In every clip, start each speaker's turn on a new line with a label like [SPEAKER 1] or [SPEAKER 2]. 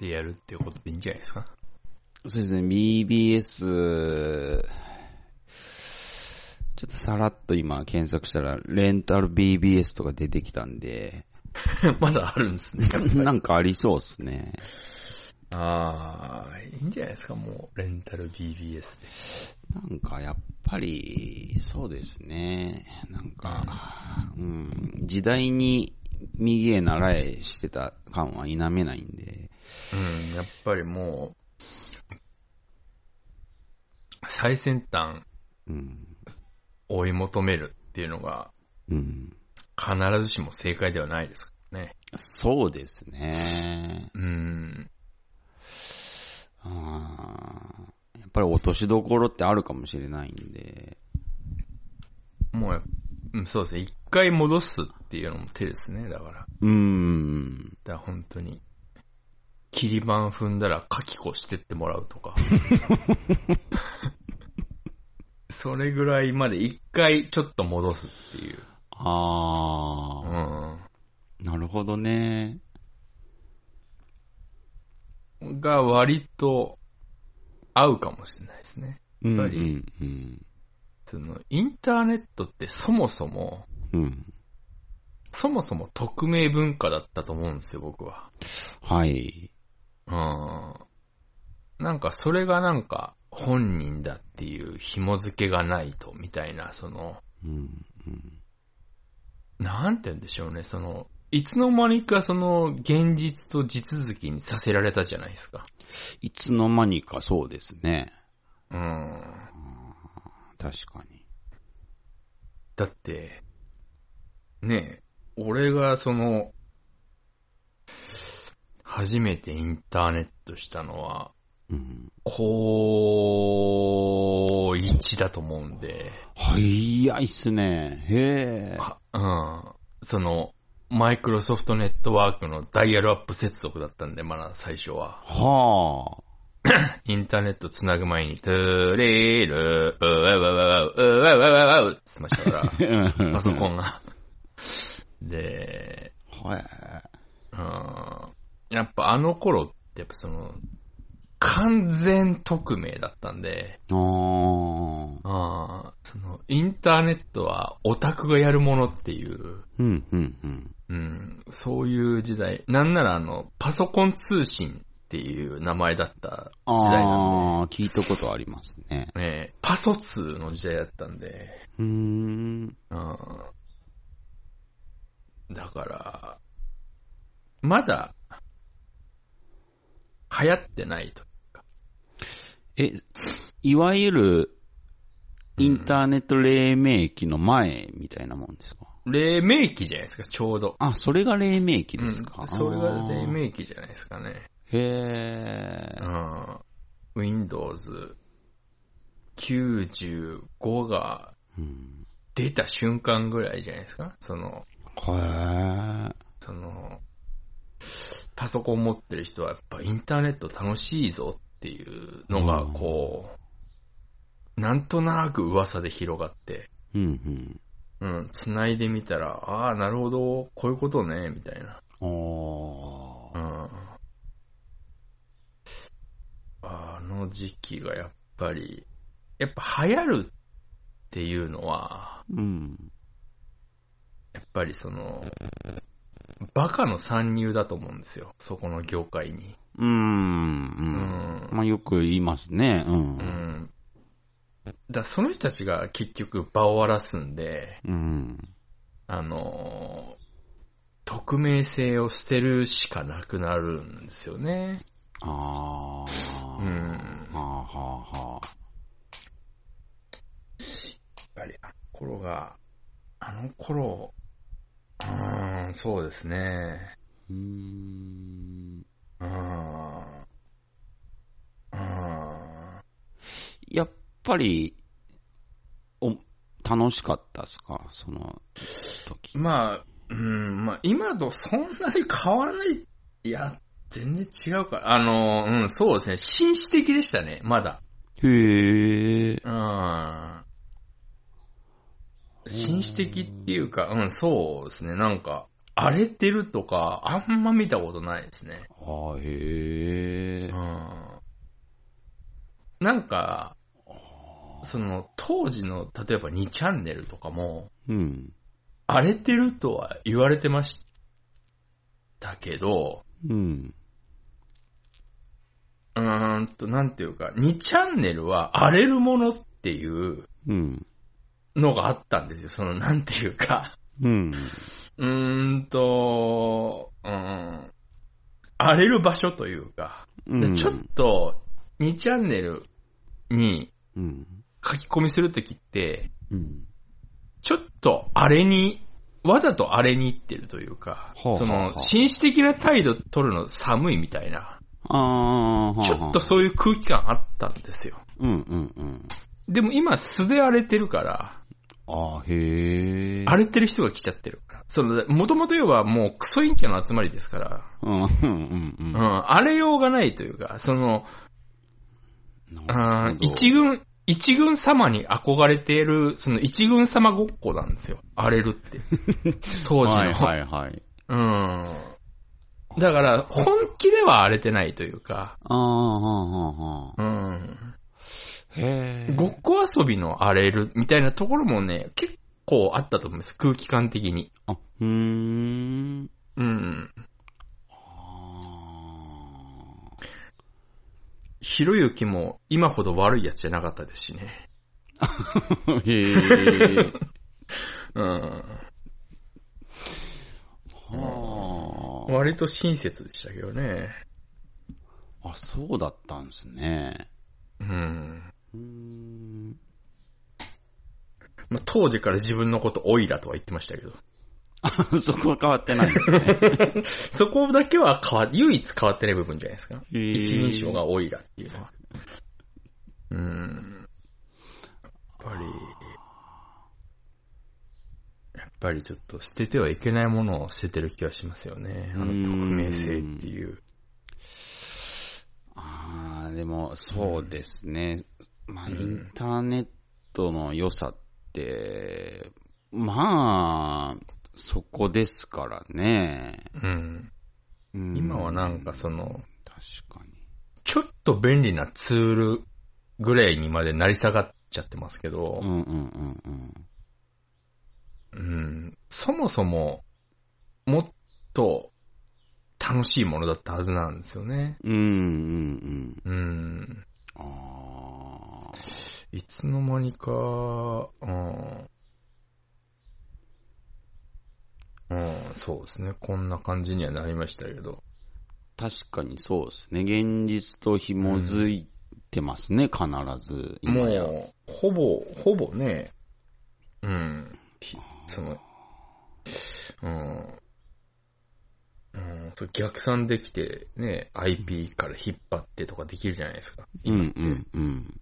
[SPEAKER 1] でやるっていうことでいいんじゃないですか。
[SPEAKER 2] そうですね、BBS、ちょっとさらっと今検索したら、レンタル BBS とか出てきたんで、
[SPEAKER 1] まだあるんですね。
[SPEAKER 2] なんかありそうですね。
[SPEAKER 1] ああ、いいんじゃないですか、もう。レンタル BBS で。
[SPEAKER 2] なんかやっぱり、そうですね。なんか、うん、時代に右へ習えしてた感は否めないんで、
[SPEAKER 1] うん、やっぱりもう、最先端
[SPEAKER 2] うん、
[SPEAKER 1] 追い求めるっていうのが、
[SPEAKER 2] うん。
[SPEAKER 1] 必ずしも正解ではないですからね。
[SPEAKER 2] そうですね。
[SPEAKER 1] うん。
[SPEAKER 2] あーやっぱり落としどころってあるかもしれないんで、
[SPEAKER 1] もうやっ、うんそうですね。一回戻すっていうのも手ですね、だから。だか
[SPEAKER 2] うーん。
[SPEAKER 1] ら本当に。切り板踏んだらカキコしてってもらうとか。それぐらいまで一回ちょっと戻すっていう。
[SPEAKER 2] あ
[SPEAKER 1] う
[SPEAKER 2] ー、
[SPEAKER 1] ん。
[SPEAKER 2] なるほどね。
[SPEAKER 1] が割と合うかもしれないですね。
[SPEAKER 2] うん、う
[SPEAKER 1] やっぱり
[SPEAKER 2] ん、うん。
[SPEAKER 1] そのインターネットってそもそも、
[SPEAKER 2] うん。
[SPEAKER 1] そもそも匿名文化だったと思うんですよ、僕は。
[SPEAKER 2] はい。
[SPEAKER 1] うん。なんかそれがなんか本人だっていう紐付けがないと、みたいな、その、
[SPEAKER 2] うん、うん。
[SPEAKER 1] なんて言うんでしょうね、その、いつの間にかその現実と地続きにさせられたじゃないですか。
[SPEAKER 2] いつの間にかそうですね。
[SPEAKER 1] うん。
[SPEAKER 2] 確かに。
[SPEAKER 1] だって、ねえ、俺がその、初めてインターネットしたのは、
[SPEAKER 2] うん。
[SPEAKER 1] 高1だと思うんで、
[SPEAKER 2] 早いっすね。へえ。
[SPEAKER 1] あうん、その、マイクロソフトネットワークのダイヤルアップ接続だったんで、まだ最初は。
[SPEAKER 2] はあ。
[SPEAKER 1] インターネットつなぐ前に、トゥリールー、うわわわわうわわわわうって言ってましたから、 パソコ
[SPEAKER 2] ン。
[SPEAKER 1] ンが。で、
[SPEAKER 2] はい。
[SPEAKER 1] うんやっぱあの頃ってやっぱその、完全匿名だったんで、
[SPEAKER 2] あー。
[SPEAKER 1] あーそのインターネットはオタクがやるものっていう、
[SPEAKER 2] うん、うん、うん。
[SPEAKER 1] うん、そういう時代。なんならあの、パソコン通信っていう名前だった時代なん
[SPEAKER 2] あー、聞いたことありますね。
[SPEAKER 1] で、ね、パソ通の時代だったんで、
[SPEAKER 2] うーん。
[SPEAKER 1] うん、だから、まだ、流行ってないと。
[SPEAKER 2] え、いわゆる、インターネット黎明期の前みたいなもんですか、
[SPEAKER 1] 黎明期じゃないですか、ちょうど。
[SPEAKER 2] あ、それが黎明期
[SPEAKER 1] う
[SPEAKER 2] で
[SPEAKER 1] ん
[SPEAKER 2] すか、、
[SPEAKER 1] それが黎
[SPEAKER 2] 期。
[SPEAKER 1] 明期じゃないですかね。
[SPEAKER 2] へ
[SPEAKER 1] う
[SPEAKER 2] ー
[SPEAKER 1] ん。Windows 95が
[SPEAKER 2] うん。
[SPEAKER 1] 出た瞬間ぐらいじゃないですかその、
[SPEAKER 2] へえ。
[SPEAKER 1] その、パソコン持ってる人はやっぱインターネット楽しいぞっていうのが
[SPEAKER 2] うん
[SPEAKER 1] こう、なんとなく噂で広がって、
[SPEAKER 2] うん、うん。
[SPEAKER 1] うん、繋いでみたら、ああ、なるほど、こういうことね、みたいな。
[SPEAKER 2] あ
[SPEAKER 1] う
[SPEAKER 2] ー。
[SPEAKER 1] んあの時期がやっぱり、やっぱ流行るっていうのは、
[SPEAKER 2] うん。
[SPEAKER 1] やっぱりその、バカの参入だと思うんですよ。そこの業界に。
[SPEAKER 2] うーん。うん。まあ、よく言いますね。う。
[SPEAKER 1] うんん。だその人たちが結局場を荒らすんで、
[SPEAKER 2] うん。
[SPEAKER 1] あの、匿名性を捨てるしかなくなるんですよね。
[SPEAKER 2] あー。
[SPEAKER 1] うん。
[SPEAKER 2] はあ、はあ、はあ。
[SPEAKER 1] やっぱり、あの頃が、あの頃、うーん、そうですね。
[SPEAKER 2] うーん。
[SPEAKER 1] うーん。うーん。
[SPEAKER 2] やっぱり、お、楽しかったっすかその時。
[SPEAKER 1] まあ、うん、まあ、今とそんなに変わらない。いや、全然違うから。あの、うん、そうですね。紳士的でしたね、まだ。
[SPEAKER 2] へえ。
[SPEAKER 1] うん。紳士的っていうか、うん、そうですね。なんか、荒れてるとか、あんま見たことないですね。
[SPEAKER 2] ああ、へ
[SPEAKER 1] う
[SPEAKER 2] え
[SPEAKER 1] ん。。なんか、その、当時の、例えば2チャンネルとかも、
[SPEAKER 2] うん。
[SPEAKER 1] 荒れてるとは言われてましたけど、
[SPEAKER 2] うん。
[SPEAKER 1] うーんと、なんていうか、2チャンネルは荒れるものっていう
[SPEAKER 2] うん。
[SPEAKER 1] のがあったんですよ。その、なんていうか、
[SPEAKER 2] うん。
[SPEAKER 1] うーんと、うーん、荒れる場所というか、
[SPEAKER 2] うん。
[SPEAKER 1] ちょっと、2チャンネルに
[SPEAKER 2] うん。
[SPEAKER 1] 書き込みするときって、
[SPEAKER 2] うん。
[SPEAKER 1] ちょっとあれに、わざとあれに行ってるというか、
[SPEAKER 2] ほうほ
[SPEAKER 1] そ
[SPEAKER 2] うほう
[SPEAKER 1] の、紳士的な態度取るの寒いみたいな、
[SPEAKER 2] ああ、
[SPEAKER 1] ちょっとそういう空気感あったんですよ。
[SPEAKER 2] う。うんうんうん。
[SPEAKER 1] でも今素で荒れてるから、
[SPEAKER 2] ああ、へえ。
[SPEAKER 1] 荒れてる人が来ちゃってるから。その、もともと言えばもうクソ陰キャの集まりですから、
[SPEAKER 2] うんうんう
[SPEAKER 1] うんん、荒れようがないというか、その、
[SPEAKER 2] うん。
[SPEAKER 1] う
[SPEAKER 2] なる
[SPEAKER 1] ん
[SPEAKER 2] ほど
[SPEAKER 1] 一軍、一軍様に憧れている、その一軍様ごっこなんですよ。荒れるっ て。当時の。
[SPEAKER 2] はいはいはい。
[SPEAKER 1] うん。だから、本気では荒れてないというか、
[SPEAKER 2] ああ、はあはあはあ。
[SPEAKER 1] うん。
[SPEAKER 2] へえ。
[SPEAKER 1] ごっこ遊びの荒れるみたいなところもね、結構あったと思います。空気感的に。
[SPEAKER 2] あ、うーん。
[SPEAKER 1] うん。
[SPEAKER 2] あー
[SPEAKER 1] ひろゆきも今ほど悪いやつじゃなかったですしね。
[SPEAKER 2] へ え。
[SPEAKER 1] うん。
[SPEAKER 2] は
[SPEAKER 1] 割と親切でしたけどね。
[SPEAKER 2] あ。あ、そうだったんですね。
[SPEAKER 1] うん。
[SPEAKER 2] うーん。
[SPEAKER 1] まあ、当時から自分のことオイラとは言ってましたけど。
[SPEAKER 2] あ そこは変わって ないですね。
[SPEAKER 1] そこだけは変わ、唯一変わってない部分じゃないですか。
[SPEAKER 2] へー
[SPEAKER 1] 一人称がオイラっていうのは。うん。やっぱり、やっぱりちょっと捨ててはいけないものを捨ててる気がしますよね。あの
[SPEAKER 2] うん
[SPEAKER 1] 匿名性っていう。
[SPEAKER 2] ああ、でも、そうですね。まあ、インターネットの良さって、まあ、そこですからね。
[SPEAKER 1] うん。
[SPEAKER 2] うん
[SPEAKER 1] 今はなんかその、
[SPEAKER 2] 確かに。
[SPEAKER 1] ちょっと便利なツールぐらいにまで成り下がっちゃってますけど、
[SPEAKER 2] うんうんうんうん。
[SPEAKER 1] うんそもそも、もっと楽しいものだったはずなんですよね。
[SPEAKER 2] うんうんうん。
[SPEAKER 1] うん。
[SPEAKER 2] ああ。
[SPEAKER 1] いつの間にか、うん。うん、そうですね。こんな感じにはなりましたけど。
[SPEAKER 2] 確かにそうですね。現実と紐づいてますね、必ず。
[SPEAKER 1] も
[SPEAKER 2] 今や。
[SPEAKER 1] う、ほぼ、ほぼね、うん、ひその、うん、うん、そう逆算できて、ね、IP から引っ張ってとかできるじゃないですか。
[SPEAKER 2] うんうんうん。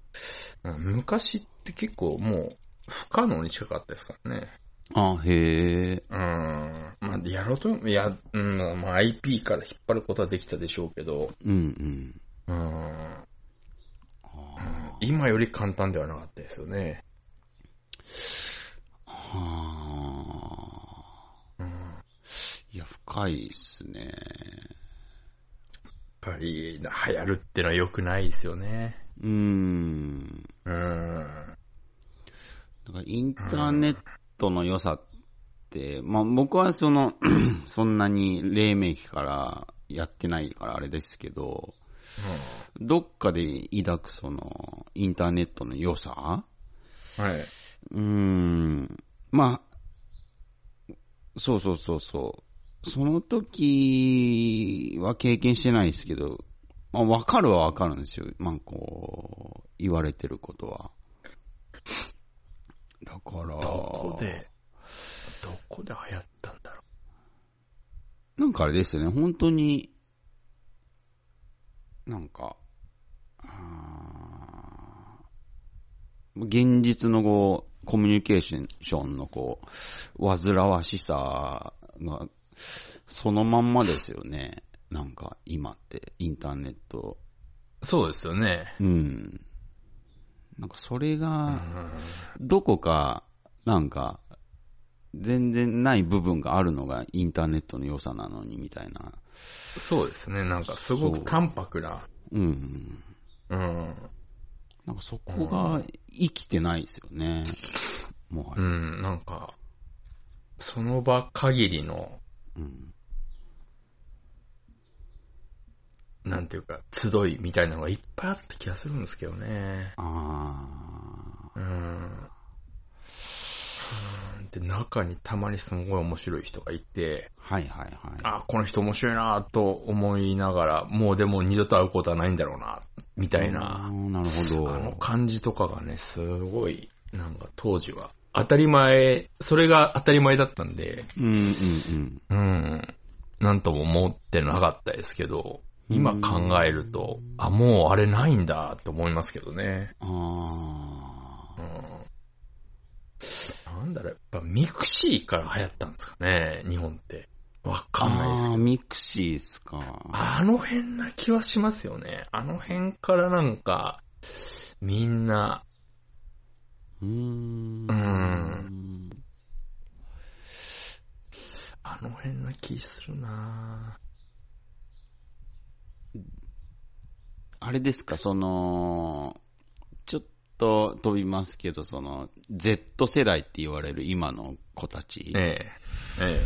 [SPEAKER 1] うん昔って結構もう不可能に近かったですからね。
[SPEAKER 2] あへえ。
[SPEAKER 1] うん。まあ、やろうと、いや、うん、まあ IP から引っ張ることはできたでしょうけど、
[SPEAKER 2] うんう
[SPEAKER 1] う
[SPEAKER 2] ん。
[SPEAKER 1] ん。
[SPEAKER 2] あー
[SPEAKER 1] 今より簡単ではなかったですよね。
[SPEAKER 2] はあ。いや、深いですね。
[SPEAKER 1] やっぱり、流行るってのは良くないですよね。
[SPEAKER 2] うーん。
[SPEAKER 1] うん。
[SPEAKER 2] だからインターネットの良さって、まあ僕はその、 そんなに黎明期からやってないからあれですけど、どっかで抱くその、インターネットの良さ
[SPEAKER 1] はい。
[SPEAKER 2] うーん。まあ、そうそうそうそう。その時は経験してないですけど、まあわかるはわかるんですよ。まあこう、言われてることは。だから、
[SPEAKER 1] どこで、どこで流行ったんだろ
[SPEAKER 2] なんかあれですよね、本当に、なんか、あー現実のこう、コミュニケーションのこう、煩わしさが、そのまんまですよね。なんか、今って、インターネット。
[SPEAKER 1] う。そうですよね。
[SPEAKER 2] うん。なんか、それ
[SPEAKER 1] う
[SPEAKER 2] が、
[SPEAKER 1] ん。
[SPEAKER 2] どこか、なんか、全然ない部分があるのがインターネットの良さなのにみたいな。
[SPEAKER 1] そうですね。なんかすごく淡白な。
[SPEAKER 2] うん
[SPEAKER 1] う
[SPEAKER 2] うん。
[SPEAKER 1] ん。
[SPEAKER 2] なんかそこが生きてないですよね。もは
[SPEAKER 1] う
[SPEAKER 2] や。
[SPEAKER 1] ん、なんか、その場限りの、
[SPEAKER 2] うん。
[SPEAKER 1] なんていうか、集いみたいなのがいっぱいあった気がするんですけどね。
[SPEAKER 2] あ
[SPEAKER 1] うん。うんで、中にたまにすごい面白い人がいて、
[SPEAKER 2] あ。はいはいはい。
[SPEAKER 1] あ、この人面白いなと思いながら、もうでも二度と会うことはないんだろうな、みたい
[SPEAKER 2] あ
[SPEAKER 1] な、
[SPEAKER 2] ー。なるほ
[SPEAKER 1] あの
[SPEAKER 2] ど。
[SPEAKER 1] 感じとかがね、すごい、なんか当時は、当たり前、それが当たり前だったんで、
[SPEAKER 2] うんうんう
[SPEAKER 1] う
[SPEAKER 2] ん。
[SPEAKER 1] ん、なんとも思ってなかったですけど、今考えると、あ、もうあれないんだ、と思いますけどね。
[SPEAKER 2] あ
[SPEAKER 1] うん。なんだろう、やっぱミクシーから流行ったんですかね、日本って。わ
[SPEAKER 2] あ。
[SPEAKER 1] かんないですけど
[SPEAKER 2] あーミクシーっすか。
[SPEAKER 1] あの辺な気はしますよね。あの辺からなんか、みんな、
[SPEAKER 2] うーん。
[SPEAKER 1] うんあの辺な気するな
[SPEAKER 2] あれですか、その、ちょっと飛びますけど、その、Z 世代って言われる今の子たち
[SPEAKER 1] ぁ
[SPEAKER 2] が、
[SPEAKER 1] ええ。え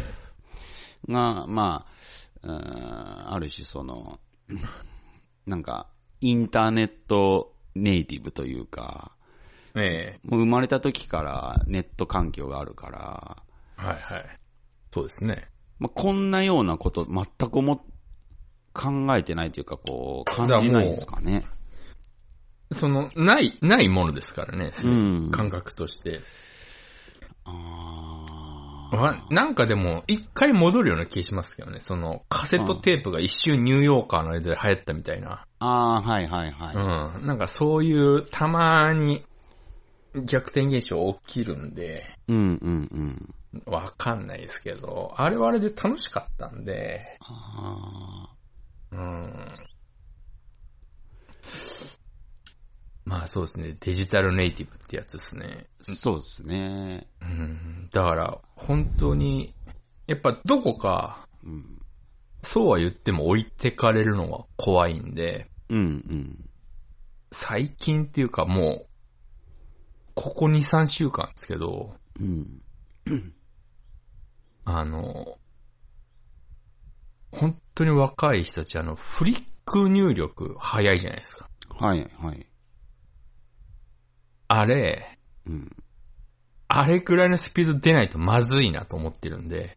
[SPEAKER 2] まあ、うーんある種その、 なんか、インターネットネイティブというか、
[SPEAKER 1] え。ええ。
[SPEAKER 2] もう生まれた時からネット環境があるから、
[SPEAKER 1] はいはい。そうですね。
[SPEAKER 2] まあ、こんなようなこと全く思っ考えてないというか、こう、
[SPEAKER 1] だか
[SPEAKER 2] 感
[SPEAKER 1] らもう
[SPEAKER 2] じないですかね。
[SPEAKER 1] その、ない、ないものですからね、
[SPEAKER 2] うん。
[SPEAKER 1] 感覚として。
[SPEAKER 2] あー
[SPEAKER 1] わなんかでも、一回戻るような気しますけどね。その、カセットテープが一周ニューヨーカーの間で流行ったみたいな。
[SPEAKER 2] あー、はいはいはい。
[SPEAKER 1] うん。なんかそういう、たまに、逆転現象起きるんで、
[SPEAKER 2] うんうんうん。
[SPEAKER 1] わかんないですけど、あれはあれで楽しかったんで、
[SPEAKER 2] あ
[SPEAKER 1] うん。まあそうですね、デジタルネイティブってやつですね。
[SPEAKER 2] ーそうですね。
[SPEAKER 1] うん。だから、本当に、やっぱどこか、
[SPEAKER 2] うん。
[SPEAKER 1] そうは言っても置いてかれるのが怖いんで、
[SPEAKER 2] うんうん。
[SPEAKER 1] 最近っていうかもう、ここ2、3週間ですけど、
[SPEAKER 2] うん。
[SPEAKER 1] あの、本当に若い人たち、あの、フリック入力早いじゃないですか。
[SPEAKER 2] はいはい。
[SPEAKER 1] あれ、
[SPEAKER 2] うん。
[SPEAKER 1] あれくらいのスピード出ないとまずいなと思ってるんで、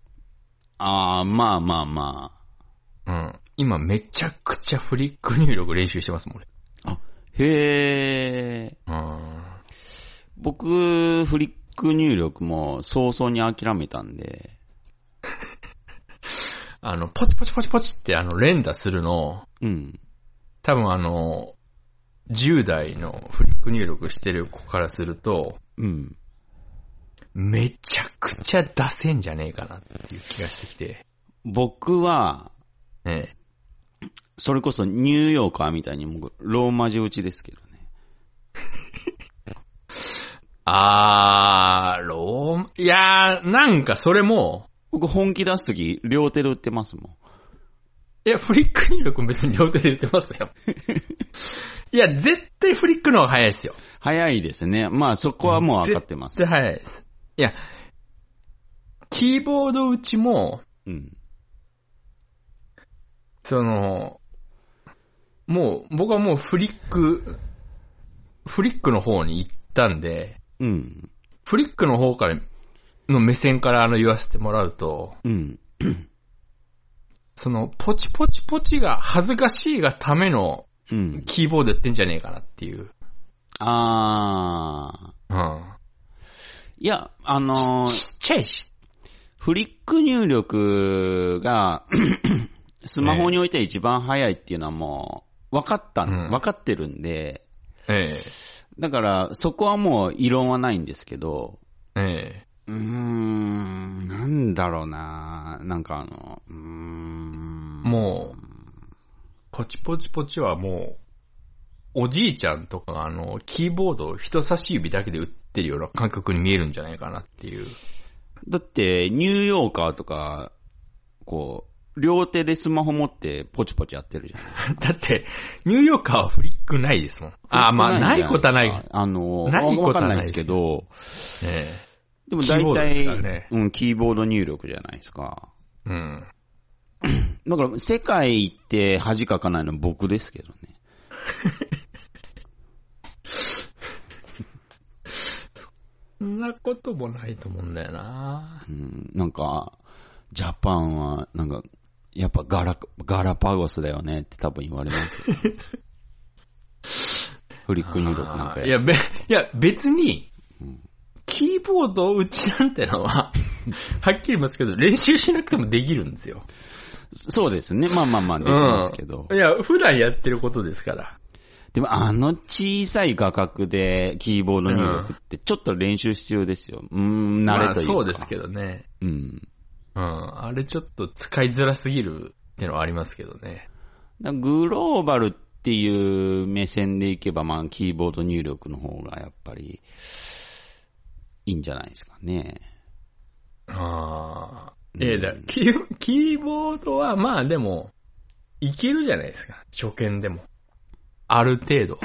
[SPEAKER 2] ああ、まあまあま
[SPEAKER 1] うん。今めちゃくちゃフリック入力練習してますもん、俺。
[SPEAKER 2] あ。あ、へえ。
[SPEAKER 1] うん。
[SPEAKER 2] 僕、フリック入力も早々に諦めたんで。
[SPEAKER 1] あの、ポチポチポチポチってあの、連打するの、
[SPEAKER 2] うん。
[SPEAKER 1] 多分あの、10代のフリック入力してる子からすると、
[SPEAKER 2] うん。
[SPEAKER 1] めちゃくちゃ出せんじゃねえかなっていう気がしてきて、
[SPEAKER 2] 僕は、
[SPEAKER 1] ええ。
[SPEAKER 2] それこそニューヨーカーみたいに僕、ローマ字打ちですけどね。
[SPEAKER 1] あー、ロー、いやー、なんかそれも、
[SPEAKER 2] 僕本気出すとき、両手で打ってますもん。
[SPEAKER 1] いや、フリック入力別に両手で打てます よ。いや、絶対フリックの方が早いですよ。
[SPEAKER 2] 早いですね。まあそこはもう分かってます。
[SPEAKER 1] 絶対早いです。いや、キーボード打ちも、
[SPEAKER 2] うん。
[SPEAKER 1] その、もう、僕はもうフリック、フリックの方に行ったんで、
[SPEAKER 2] うん。
[SPEAKER 1] フリックの方から、の目線からあの言わせてもらうと、
[SPEAKER 2] うん。
[SPEAKER 1] その、ポチポチポチが恥ずかしいがための
[SPEAKER 2] うん。
[SPEAKER 1] キーボードやってんじゃねえかなっていう。
[SPEAKER 2] あ
[SPEAKER 1] うん。
[SPEAKER 2] ー。いや、あのー、
[SPEAKER 1] ちっちゃいし。
[SPEAKER 2] フリック入力が、 スマホにおいては一番早いっていうのはもう、分かった、
[SPEAKER 1] うん
[SPEAKER 2] 分かってるんで、
[SPEAKER 1] え
[SPEAKER 2] だから、そこはもう異論はないんですけど、
[SPEAKER 1] え。え
[SPEAKER 2] うーん、なんだろうななんかあの、うーん。
[SPEAKER 1] え。もう、ポチポチポチはもう、おじいちゃんとかがあの、キーボードを人差し指だけで打ってるような感覚に見えるんじゃないかなっていう。
[SPEAKER 2] だって、ニューヨーカーとか、こう、両手でスマホ持ってポチポチやってるじゃん。
[SPEAKER 1] だって、ニューヨーカーはフリックないですもん。ああ、まあ、ないことはない。ね
[SPEAKER 2] あの、
[SPEAKER 1] ないことは
[SPEAKER 2] わかん
[SPEAKER 1] な
[SPEAKER 2] ない
[SPEAKER 1] で
[SPEAKER 2] いですす
[SPEAKER 1] け
[SPEAKER 2] けど、
[SPEAKER 1] え
[SPEAKER 2] でも大
[SPEAKER 1] キーボードです
[SPEAKER 2] 体、
[SPEAKER 1] からね
[SPEAKER 2] うん、キーボード入力じゃないですか。
[SPEAKER 1] うん。
[SPEAKER 2] だから、世界行って恥かかないの僕ですけどね。
[SPEAKER 1] そんなこともないと思うんだよな
[SPEAKER 2] うん、なんか、ジャパンは、なんか、やっぱガラ、ガラパゴスだよねって多分言われますよ。 フリック入力なんか
[SPEAKER 1] いや、べ、いや、別に、キーボードを打ちなんてのは、 はっきり言いますけど、練習しなくてもできるんですよ。
[SPEAKER 2] そうですね。まあまあまあ、できますけど。
[SPEAKER 1] うん。いや、普段やってることですから。
[SPEAKER 2] でも、あの小さい画角でキーボード入力って、ちょっと練習必要ですよ。うーん、慣れというか。
[SPEAKER 1] まあそうですけどね。
[SPEAKER 2] うん。
[SPEAKER 1] うん。あれちょっと使いづらすぎるってのはありますけどね。
[SPEAKER 2] だからグローバルっていう目線でいけば、まあ、キーボード入力の方がやっぱり、いいんじゃないですかね。
[SPEAKER 1] ああ。ええ、だからキー、キーボードはまあでも、いけるじゃないですか。初見でも。ある程度。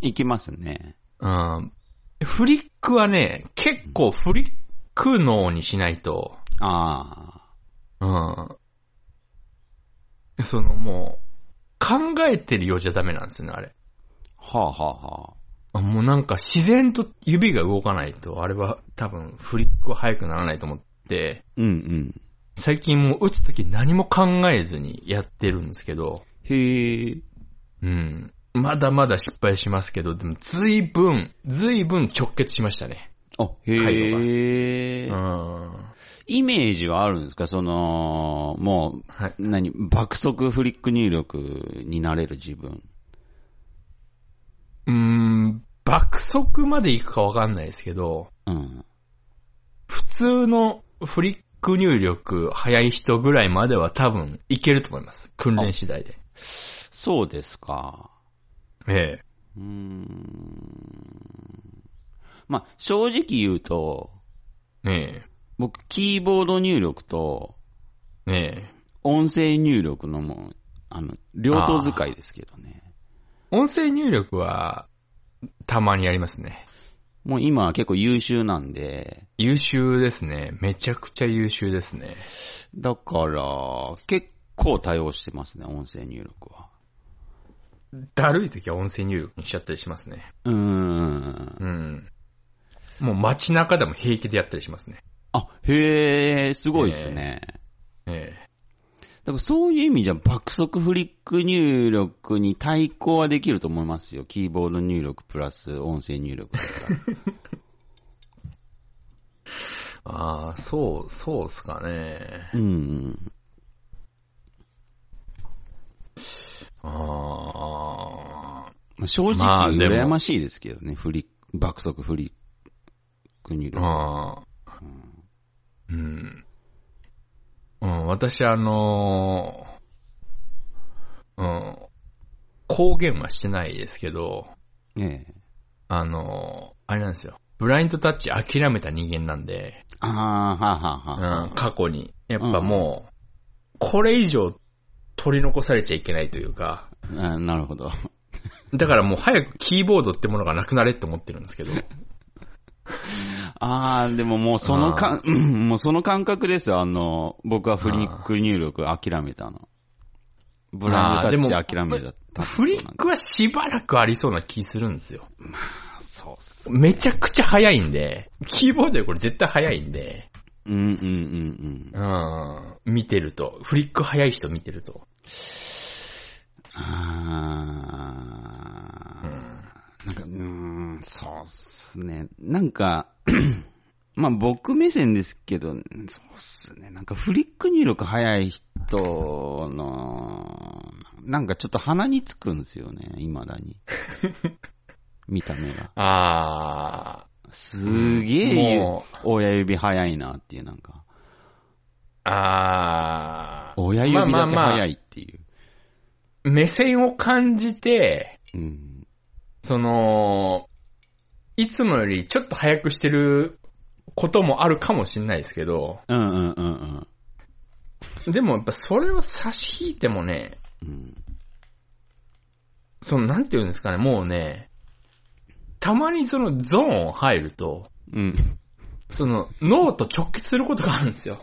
[SPEAKER 2] いきますね。
[SPEAKER 1] うん。フリックはね、結構フリック脳にしないと、
[SPEAKER 2] あ
[SPEAKER 1] うん。そのもう、考えてるようじゃダメなんですよね、あれ。
[SPEAKER 2] あ。はあはあはあ。
[SPEAKER 1] あもうなんか自然と指が動かないと、あれは多分フリックは速くならないと思って、
[SPEAKER 2] うんうん。
[SPEAKER 1] 最近もう打つとき何も考えずにやってるんですけど、
[SPEAKER 2] へえ。
[SPEAKER 1] うん。まだまだ失敗しますけど、でも随分、随分直結しましたね。
[SPEAKER 2] あ、へえ。
[SPEAKER 1] うん。
[SPEAKER 2] イメージはあるんですかその、もう、
[SPEAKER 1] はい
[SPEAKER 2] 何、爆速フリック入力になれる自分。
[SPEAKER 1] うーん、爆速まで行くかわかんないですけど、
[SPEAKER 2] うん。
[SPEAKER 1] 普通のフリック入力早い人ぐらいまでは多分いけると思います。訓練次第で。
[SPEAKER 2] そうですか。
[SPEAKER 1] ええ。
[SPEAKER 2] うーん。まあ、正直言うと、
[SPEAKER 1] え
[SPEAKER 2] 僕、キーボード入力と、
[SPEAKER 1] え。ええ。
[SPEAKER 2] 音声入力のもう、あの、両方使いですけどね。
[SPEAKER 1] 音声入力は、たまにやりますね。
[SPEAKER 2] もう今は結構優秀なんで、
[SPEAKER 1] 優秀ですね。めちゃくちゃ優秀ですね。
[SPEAKER 2] だから、結構対応してますね、音声入力は。
[SPEAKER 1] だるい時は音声入力にしちゃったりしますね。
[SPEAKER 2] うーん。
[SPEAKER 1] うん。もう街中でも平気でやったりしますね。
[SPEAKER 2] あ、へえ、すごいですね。
[SPEAKER 1] ええ。
[SPEAKER 2] だからそういう意味じゃ爆速フリック入力に対抗はできると思いますよ。キーボード入力プラス音声入力だから。
[SPEAKER 1] ああ、そう、そうっすかね。
[SPEAKER 2] うんうん。
[SPEAKER 1] ああ。
[SPEAKER 2] まあ正直
[SPEAKER 1] まあでも
[SPEAKER 2] 羨ましいですけどね、フリック爆速フリック入力。
[SPEAKER 1] ああ。うん。うん、私あのーうん、公言はしてないですけど、
[SPEAKER 2] ええ。
[SPEAKER 1] あのーあれなんですよ。ブラインドタッチ諦めた人間なんで、
[SPEAKER 2] ああ、はあ
[SPEAKER 1] う
[SPEAKER 2] はあはあ
[SPEAKER 1] ん、。過去に。やっぱもう、これ以上取り残されちゃいけないというか、
[SPEAKER 2] あなるほど。
[SPEAKER 1] だからもう早くキーボードってものがなくなれって思ってるんですけど、
[SPEAKER 2] ああ、でももうそのか、うんもうその感覚ですよ。あの、僕はフリック入力諦めたの。ブランドタッチ諦めた。
[SPEAKER 1] フリックはしばらくありそうな気するんですよ。
[SPEAKER 2] そうっす。
[SPEAKER 1] めちゃくちゃ早いんで、キーボードよりこれ絶対早いんで、
[SPEAKER 2] うんうんうんうん。
[SPEAKER 1] うん、見てると、フリック早い人見てると。う
[SPEAKER 2] ああ、
[SPEAKER 1] ん、
[SPEAKER 2] なんか、うーん、そうっすね。なんか、 まあ僕目線ですけど、そうっすね。なんかフリック入力早い人の、なんかちょっと鼻につくんですよね、未だ に。見た目が。
[SPEAKER 1] あ
[SPEAKER 2] すげ
[SPEAKER 1] ー、
[SPEAKER 2] えゆ
[SPEAKER 1] もう、
[SPEAKER 2] 親指早いなっていう、なんか。
[SPEAKER 1] あー、
[SPEAKER 2] 親指だけ
[SPEAKER 1] まあまあまあ
[SPEAKER 2] 早いっていう。
[SPEAKER 1] 目線を感じて、
[SPEAKER 2] うん。
[SPEAKER 1] その、いつもよりちょっと早くしてることもあるかもしんないですけど、
[SPEAKER 2] うんうんうんうん。
[SPEAKER 1] でもやっぱそれを差し引いてもね、
[SPEAKER 2] うん。
[SPEAKER 1] その、なんていうんですかね、もうね、たまにそのゾーン入ると、
[SPEAKER 2] うん。
[SPEAKER 1] その、脳と直結することがあるんですよ。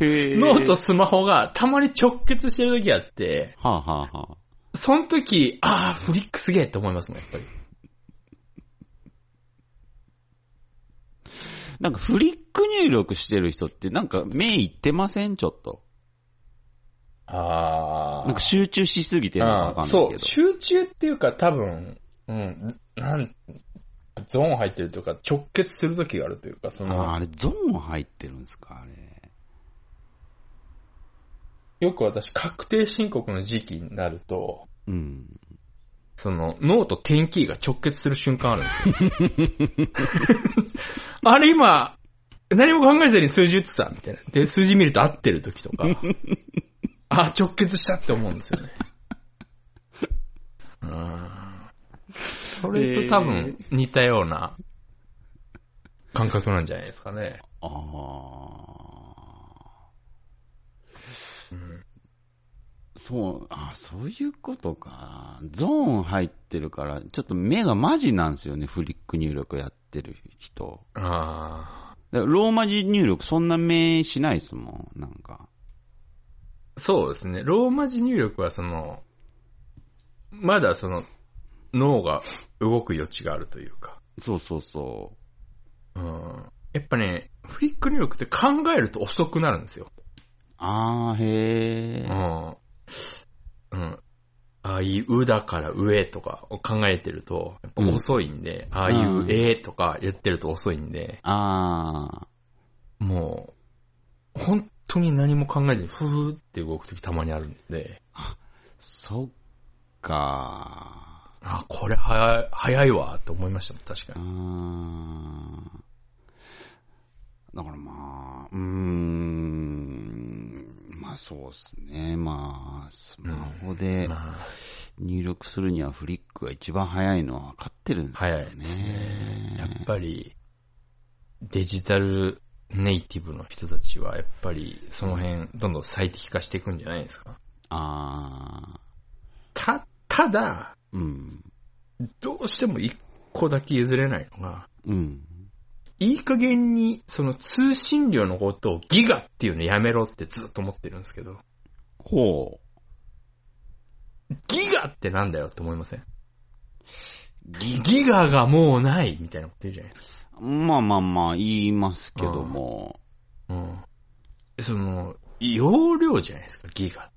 [SPEAKER 2] へえ。
[SPEAKER 1] 脳とスマホがたまに直結してる時あって、
[SPEAKER 2] はあ、はあはあ、
[SPEAKER 1] その時、ああ、フリックすげえって思いますもん、やっぱり。
[SPEAKER 2] なんかフリック入力してる人ってなんか目いってませんちょっと。
[SPEAKER 1] あ
[SPEAKER 2] なんか集中しすぎてるのかわかんないけど。
[SPEAKER 1] そう、集中っていうか多分、うん、なん、ゾーン入ってるというか、直結する時があるというか、そ
[SPEAKER 2] あーあ
[SPEAKER 1] の、
[SPEAKER 2] れゾーン入ってるんですかあれ。
[SPEAKER 1] よく私、確定申告の時期になると、
[SPEAKER 2] うん。
[SPEAKER 1] その、脳と点キーが直結する瞬間あるんですよ。 あれ今、何も考えずに数字打ってたみたいな。で、数字見ると合ってる時と か、あ、直結したって思うんですよね。 うん。それと多分似たような感覚なんじゃないですかね。
[SPEAKER 2] ああ。そう、あそういうことか。ゾーン入ってるから、ちょっと目がマジなんですよね、フリック入力やってる人。
[SPEAKER 1] ああ。
[SPEAKER 2] だからローマ字入力そんな目しないですもん、なんか。
[SPEAKER 1] そうですね。ローマ字入力はその、まだその、脳が動く余地があるというか。
[SPEAKER 2] そうそうそ
[SPEAKER 1] うんやっぱね、フリック入力って考えると遅くなるんですよ。
[SPEAKER 2] う。ああ、へ
[SPEAKER 1] う
[SPEAKER 2] え。
[SPEAKER 1] ん。うん。あいうだから上とかを考えてると、やっぱ遅いんで、ああいう
[SPEAKER 2] うん
[SPEAKER 1] えとかやってると遅いんで、
[SPEAKER 2] ああ。
[SPEAKER 1] もう、本当に何も考えずに、ふーって動くときたまにあるんで、
[SPEAKER 2] そっか
[SPEAKER 1] あ、これ早い、早いわ、と思いましたもん、確か
[SPEAKER 2] ー。うー
[SPEAKER 1] に。
[SPEAKER 2] ん。だからまあ、うーん。まあそうっすね。まあ、スマホで
[SPEAKER 1] まあ、
[SPEAKER 2] 入力するにはフリックが一番早いのは分かってるんですよ
[SPEAKER 1] 早い
[SPEAKER 2] ね。
[SPEAKER 1] ですね。やっぱり、デジタルネイティブの人たちは、やっぱり、その辺、どんどん最適化していくんじゃないですか。
[SPEAKER 2] ああ。
[SPEAKER 1] た、ただ、
[SPEAKER 2] うん。
[SPEAKER 1] どうしても一個だけ譲れないのが、
[SPEAKER 2] うん。
[SPEAKER 1] いい加減に、その通信量のことをギガっていうのやめろってずっと思ってるんですけど、
[SPEAKER 2] ほう。
[SPEAKER 1] ギガってなんだよって思いません
[SPEAKER 2] ギ
[SPEAKER 1] ギガがもうないみたいなこと言うじゃないですか
[SPEAKER 2] まあまあまあ、言いますけども。
[SPEAKER 1] うん。その、容量じゃないですか、ギガ。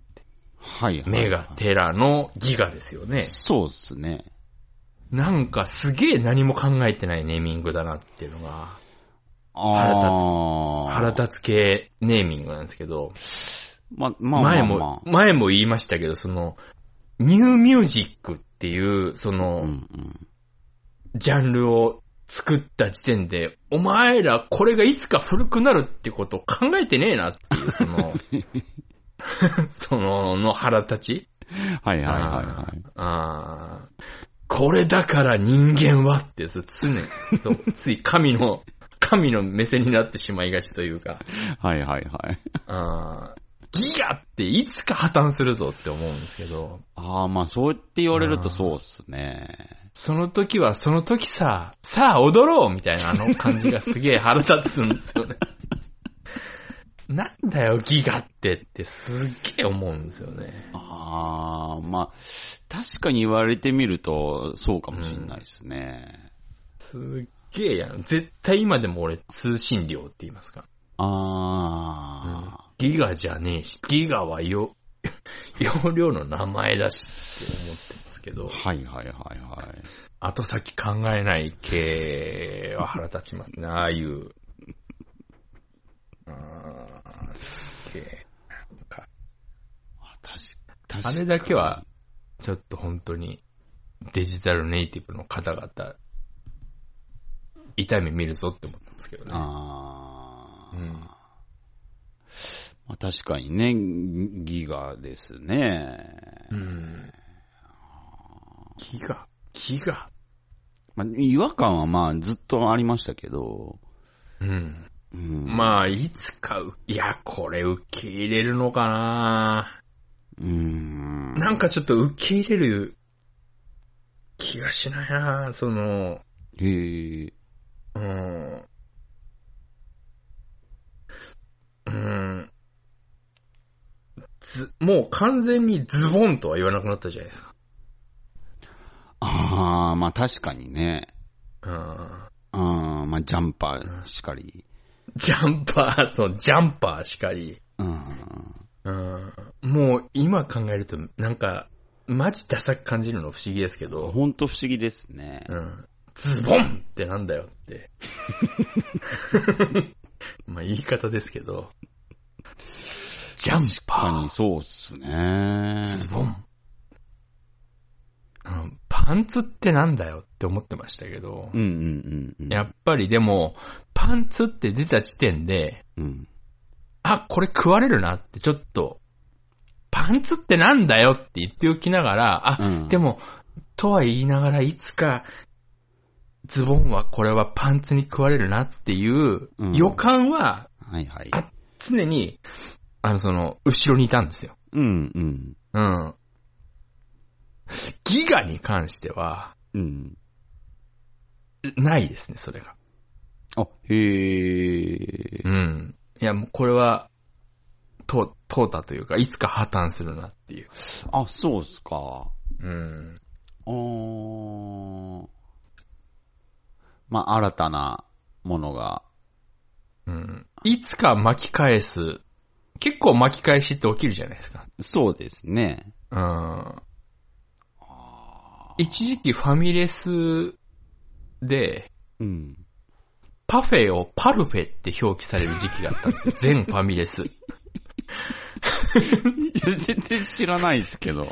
[SPEAKER 2] はいはいはい。
[SPEAKER 1] メガテラのギガですよね。
[SPEAKER 2] そうっすね。
[SPEAKER 1] なんかすげえ何も考えてないネーミングだなっていうのが、
[SPEAKER 2] あー
[SPEAKER 1] 腹立つ系ネーミングなんですけど、
[SPEAKER 2] ま、まあまあ、
[SPEAKER 1] 前
[SPEAKER 2] まあ、
[SPEAKER 1] も、前も言いましたけど、その、ニューミュージックっていう、そうの、
[SPEAKER 2] んうん。
[SPEAKER 1] ジャンルを作った時点で、お前らこれがいつか古くなるってことを考えてねえなっていう、そ の、その、の腹立ち
[SPEAKER 2] はいはいはいはい。
[SPEAKER 1] ああ。これだから人間はって、そう常に、 そうつい神の、神の目線になってしまいがちというか、
[SPEAKER 2] はいはいはい。
[SPEAKER 1] あーギガっていつか破綻するぞって思うんですけど、
[SPEAKER 2] ああ、まあそう言って言われるとそうっすね。
[SPEAKER 1] その時はその時さ、さあ踊ろうみたいなあの感じがすげえ腹立つんですよね。 なんだよ、ギガってってすっげえ思うんですよね。
[SPEAKER 2] ああ、まあ、確かに言われてみるとそうかもしんないですね。
[SPEAKER 1] すっげえやん。絶対今でも俺通信量って言いますから。
[SPEAKER 2] ああ、
[SPEAKER 1] ギガじゃねえし、ギガはよ、 容量の名前だしって思ってますけど、
[SPEAKER 2] はいはいはいはい。
[SPEAKER 1] 後先考えない系は腹立ちますね、ああいう。あーすっげえなんか
[SPEAKER 2] あ確確か
[SPEAKER 1] あ
[SPEAKER 2] に
[SPEAKER 1] れだけは、ちょっと本当に、デジタルネイティブの方々、痛み見るぞって思ったんですけどね。
[SPEAKER 2] あ
[SPEAKER 1] う
[SPEAKER 2] あ、
[SPEAKER 1] ん
[SPEAKER 2] まあ確かにね、ギガですね。
[SPEAKER 1] うん。ギガギガ
[SPEAKER 2] まあ、違和感はまあずっとありましたけど、
[SPEAKER 1] うん。
[SPEAKER 2] うん。
[SPEAKER 1] まあ、いつかう、いや、これ受け入れるのかな
[SPEAKER 2] うん。
[SPEAKER 1] なんかちょっと受け入れる気がしないなその、
[SPEAKER 2] へえ。
[SPEAKER 1] うん。うん。ず、もう完全にズボンとは言わなくなったじゃないですか。
[SPEAKER 2] ああ、まあ確かにね。
[SPEAKER 1] うん。
[SPEAKER 2] ああ、まあジャンパーしかり。
[SPEAKER 1] ジャンパー、そう、ジャンパーしかり。
[SPEAKER 2] うん。
[SPEAKER 1] うん。もう今考えると、なんか、マジダサく感じるの不思議ですけど。
[SPEAKER 2] ほんと不思議ですね。
[SPEAKER 1] うん。ズボンってなんだよって。 まあ言い方ですけど。ジャン
[SPEAKER 2] 確か
[SPEAKER 1] パ
[SPEAKER 2] にそうっすね
[SPEAKER 1] ー、ズ。ボン。うんパンツってなんだよって思ってましたけど
[SPEAKER 2] う、んうんうんうん。
[SPEAKER 1] やっぱりでも、パンツって出た時点で、
[SPEAKER 2] うん。
[SPEAKER 1] あ、これ食われるなってちょっと、パンツってなんだよって言っておきながら、あ、
[SPEAKER 2] うん
[SPEAKER 1] でも、とは言いながらいつか、ズボンはこれはパンツに食われるなっていう
[SPEAKER 2] うん
[SPEAKER 1] 予感は、
[SPEAKER 2] はいはい。
[SPEAKER 1] あ、常に、あの、その、後ろにいたんですよ。
[SPEAKER 2] うんうん。
[SPEAKER 1] うん。ギガに関しては、
[SPEAKER 2] うん。
[SPEAKER 1] ないですね、それが。
[SPEAKER 2] あ、へえ。
[SPEAKER 1] うん。いや、もうこれは、と、淘汰というか、いつか破綻するなっていう。
[SPEAKER 2] あ、そうっすか。
[SPEAKER 1] うん。
[SPEAKER 2] あー。まあ新たなものが。
[SPEAKER 1] うん。いつか巻き返す。結構巻き返しって起きるじゃないですか。
[SPEAKER 2] そうですね。
[SPEAKER 1] うん。一時期ファミレスで、
[SPEAKER 2] うん。
[SPEAKER 1] パフェをパルフェって表記される時期があったんです よ。全ファミレス。
[SPEAKER 2] いや、全然知らないですけど。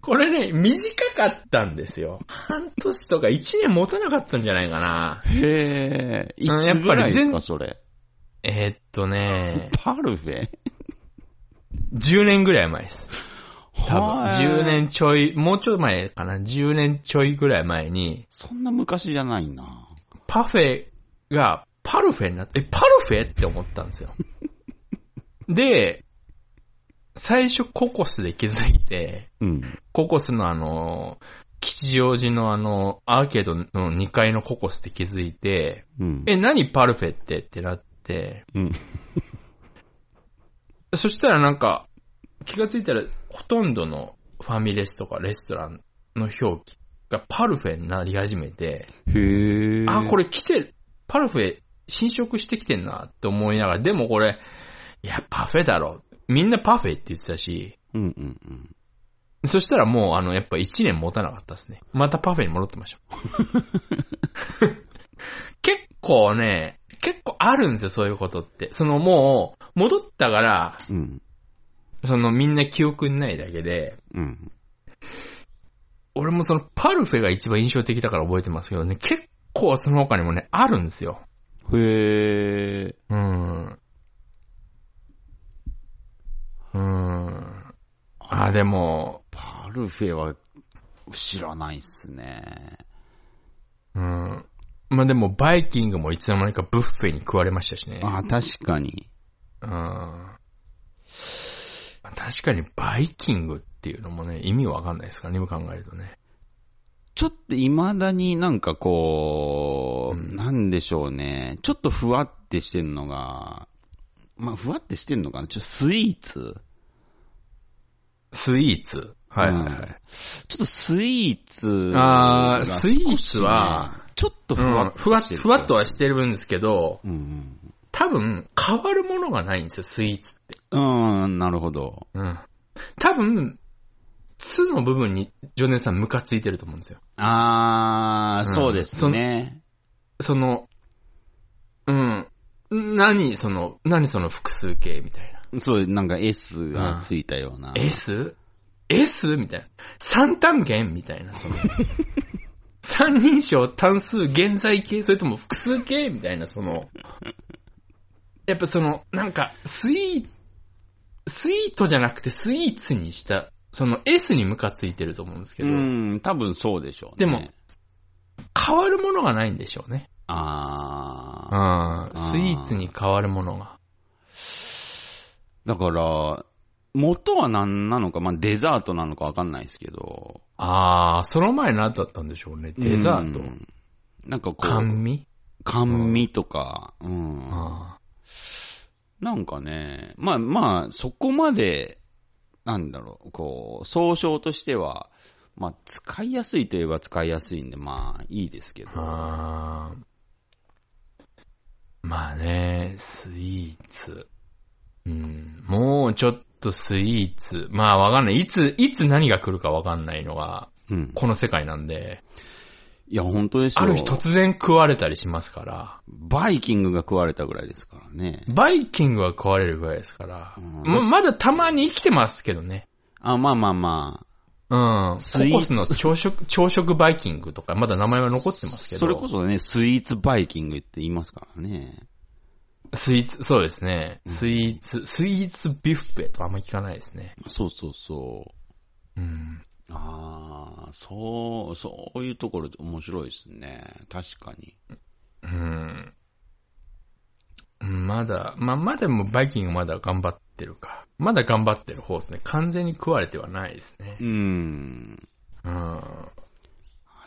[SPEAKER 1] これね、短かったんですよ。半年とか一年持たなかったんじゃないかな。
[SPEAKER 2] へえ。い
[SPEAKER 1] うんやっぱ
[SPEAKER 2] つ
[SPEAKER 1] り
[SPEAKER 2] ぐらいです
[SPEAKER 1] 全
[SPEAKER 2] か、それ。
[SPEAKER 1] えーっとね、
[SPEAKER 2] パルフェ
[SPEAKER 1] 10年ぐらい前です。多分、
[SPEAKER 2] はい
[SPEAKER 1] 10年ちょい、もうちょい前かな。10年ちょいぐらい前に、
[SPEAKER 2] そんな昔じゃないな。
[SPEAKER 1] パフェがパルフェになって、え、パルフェって思ったんですよ。で、最初ココスで気づいて、
[SPEAKER 2] うん。
[SPEAKER 1] ココスのあの、吉祥寺のあの、アーケードの2階のココスって気づいて、
[SPEAKER 2] うん。
[SPEAKER 1] え、何パルフェってってなって、
[SPEAKER 2] うん。
[SPEAKER 1] そしたらなんか、気がついたら、ほとんどのファミレスとかレストランの表記がパルフェになり始めて、
[SPEAKER 2] へえ。
[SPEAKER 1] あ、これ来てる。パルフェ、侵食してきてんなって思いながら、でもこれ、いや、パフェだろ。みんなパフェって言ってたし、
[SPEAKER 2] うんうんうん。
[SPEAKER 1] そしたらもう、あの、やっぱ1年持たなかったですね。またパフェに戻ってました。結構ね、結構あるんですよ、そういうことって。そのもう、戻ったから、
[SPEAKER 2] うん。
[SPEAKER 1] そのみんな記憶にないだけで、
[SPEAKER 2] うん。
[SPEAKER 1] 俺もそのパルフェが一番印象的だから覚えてますけどね、結構その他にもね、あるんですよ。
[SPEAKER 2] へえ。
[SPEAKER 1] うーん。うーん。あ、でも、
[SPEAKER 2] パルフェは知らないっすね。
[SPEAKER 1] うん。まあ、でも、バイキングもいつの間にかブッフェに食われましたしね。
[SPEAKER 2] あ、確かに。
[SPEAKER 1] うん。確かに、バイキングっていうのもね、意味わかんないですからね、今考えるとね。
[SPEAKER 2] ちょっと未だになんかこう、
[SPEAKER 1] うん
[SPEAKER 2] なんでしょうね。ちょっとふわってしてんのが、まあふわってしてんのかなちょっとスイーツ
[SPEAKER 1] スイーツ。はいはいは
[SPEAKER 2] うん
[SPEAKER 1] い。
[SPEAKER 2] ちょっとスイーツ
[SPEAKER 1] あー
[SPEAKER 2] が少し
[SPEAKER 1] スイーツは、
[SPEAKER 2] ちょっとふ
[SPEAKER 1] う
[SPEAKER 2] わ
[SPEAKER 1] ん
[SPEAKER 2] っと
[SPEAKER 1] ふわっ
[SPEAKER 2] してる
[SPEAKER 1] ふわっとはしてるんですけど、
[SPEAKER 2] うん
[SPEAKER 1] 多分、変わるものがないんですよ、スイーツって
[SPEAKER 2] うん。うん、なるほど。
[SPEAKER 1] うん。多分、2の部分に、ジョネさんムカついてると思うんですよ。
[SPEAKER 2] あー、
[SPEAKER 1] うん
[SPEAKER 2] そうですね。
[SPEAKER 1] その、うん。何その、何その複数形みたいな。
[SPEAKER 2] そう、なんか S がついたような。
[SPEAKER 1] S?S? みたいな。三単元みたいな、 その。三人称単数現在形それとも複数形みたいな、その。やっぱその、なんか、スイー、スイートじゃなくてスイーツにした、その S にムカついてると思うんですけ
[SPEAKER 2] う
[SPEAKER 1] ど、
[SPEAKER 2] ん、多分そうでしょうね。
[SPEAKER 1] でも変わるものがないんでしょうね。
[SPEAKER 2] ああ。
[SPEAKER 1] ああ、スイーツに変わるものが。
[SPEAKER 2] だから、元は何なのか、まあデザートなのかわかんないですけど。
[SPEAKER 1] ああ、その前何だったんでしょうね。デザート
[SPEAKER 2] う。んなんかこう、
[SPEAKER 1] 甘味
[SPEAKER 2] 甘味とか、うん。
[SPEAKER 1] あ
[SPEAKER 2] なんかね、まあまあ、そこまで、なんだろう、こう、総称としては、まあ、使いやすいといえば使いやすいんで、まあ、いいですけど
[SPEAKER 1] あ。。ああ。まあね、スイーツ。うん。もうちょっとスイーツ。まあわかんない。いつ、いつ何が来るかわかんないのが、
[SPEAKER 2] うん。
[SPEAKER 1] この世界なんで、
[SPEAKER 2] いや、本当ですよ。
[SPEAKER 1] ある日突然食われたりしますから、
[SPEAKER 2] バイキングが食われたぐらいですからね。
[SPEAKER 1] バイキングは食われるぐらいですから、
[SPEAKER 2] うん
[SPEAKER 1] ま、まだたまに生きてますけどね。
[SPEAKER 2] あ、まあまあま
[SPEAKER 1] うん。
[SPEAKER 2] スイ
[SPEAKER 1] コ
[SPEAKER 2] ー
[SPEAKER 1] コス
[SPEAKER 2] ツ
[SPEAKER 1] の朝食、朝食バイキングとか、まだ名前は残って
[SPEAKER 2] あ。
[SPEAKER 1] ますけど。
[SPEAKER 2] それこそね、スイーツバイキングって言いますからね。
[SPEAKER 1] スイーツ、そうですね。スイーツ、スイーツビュッフェとあんま聞かないですね。
[SPEAKER 2] そうそうそう。
[SPEAKER 1] うん。
[SPEAKER 2] ああ、そう、そういうところ面白いですね。確かに。
[SPEAKER 1] うん。まだ、まあ、まだもバイキングまだ頑張ってるか。まだ頑張ってる方ですね。完全に食われてはないですね
[SPEAKER 2] う。ん。
[SPEAKER 1] うん。
[SPEAKER 2] あ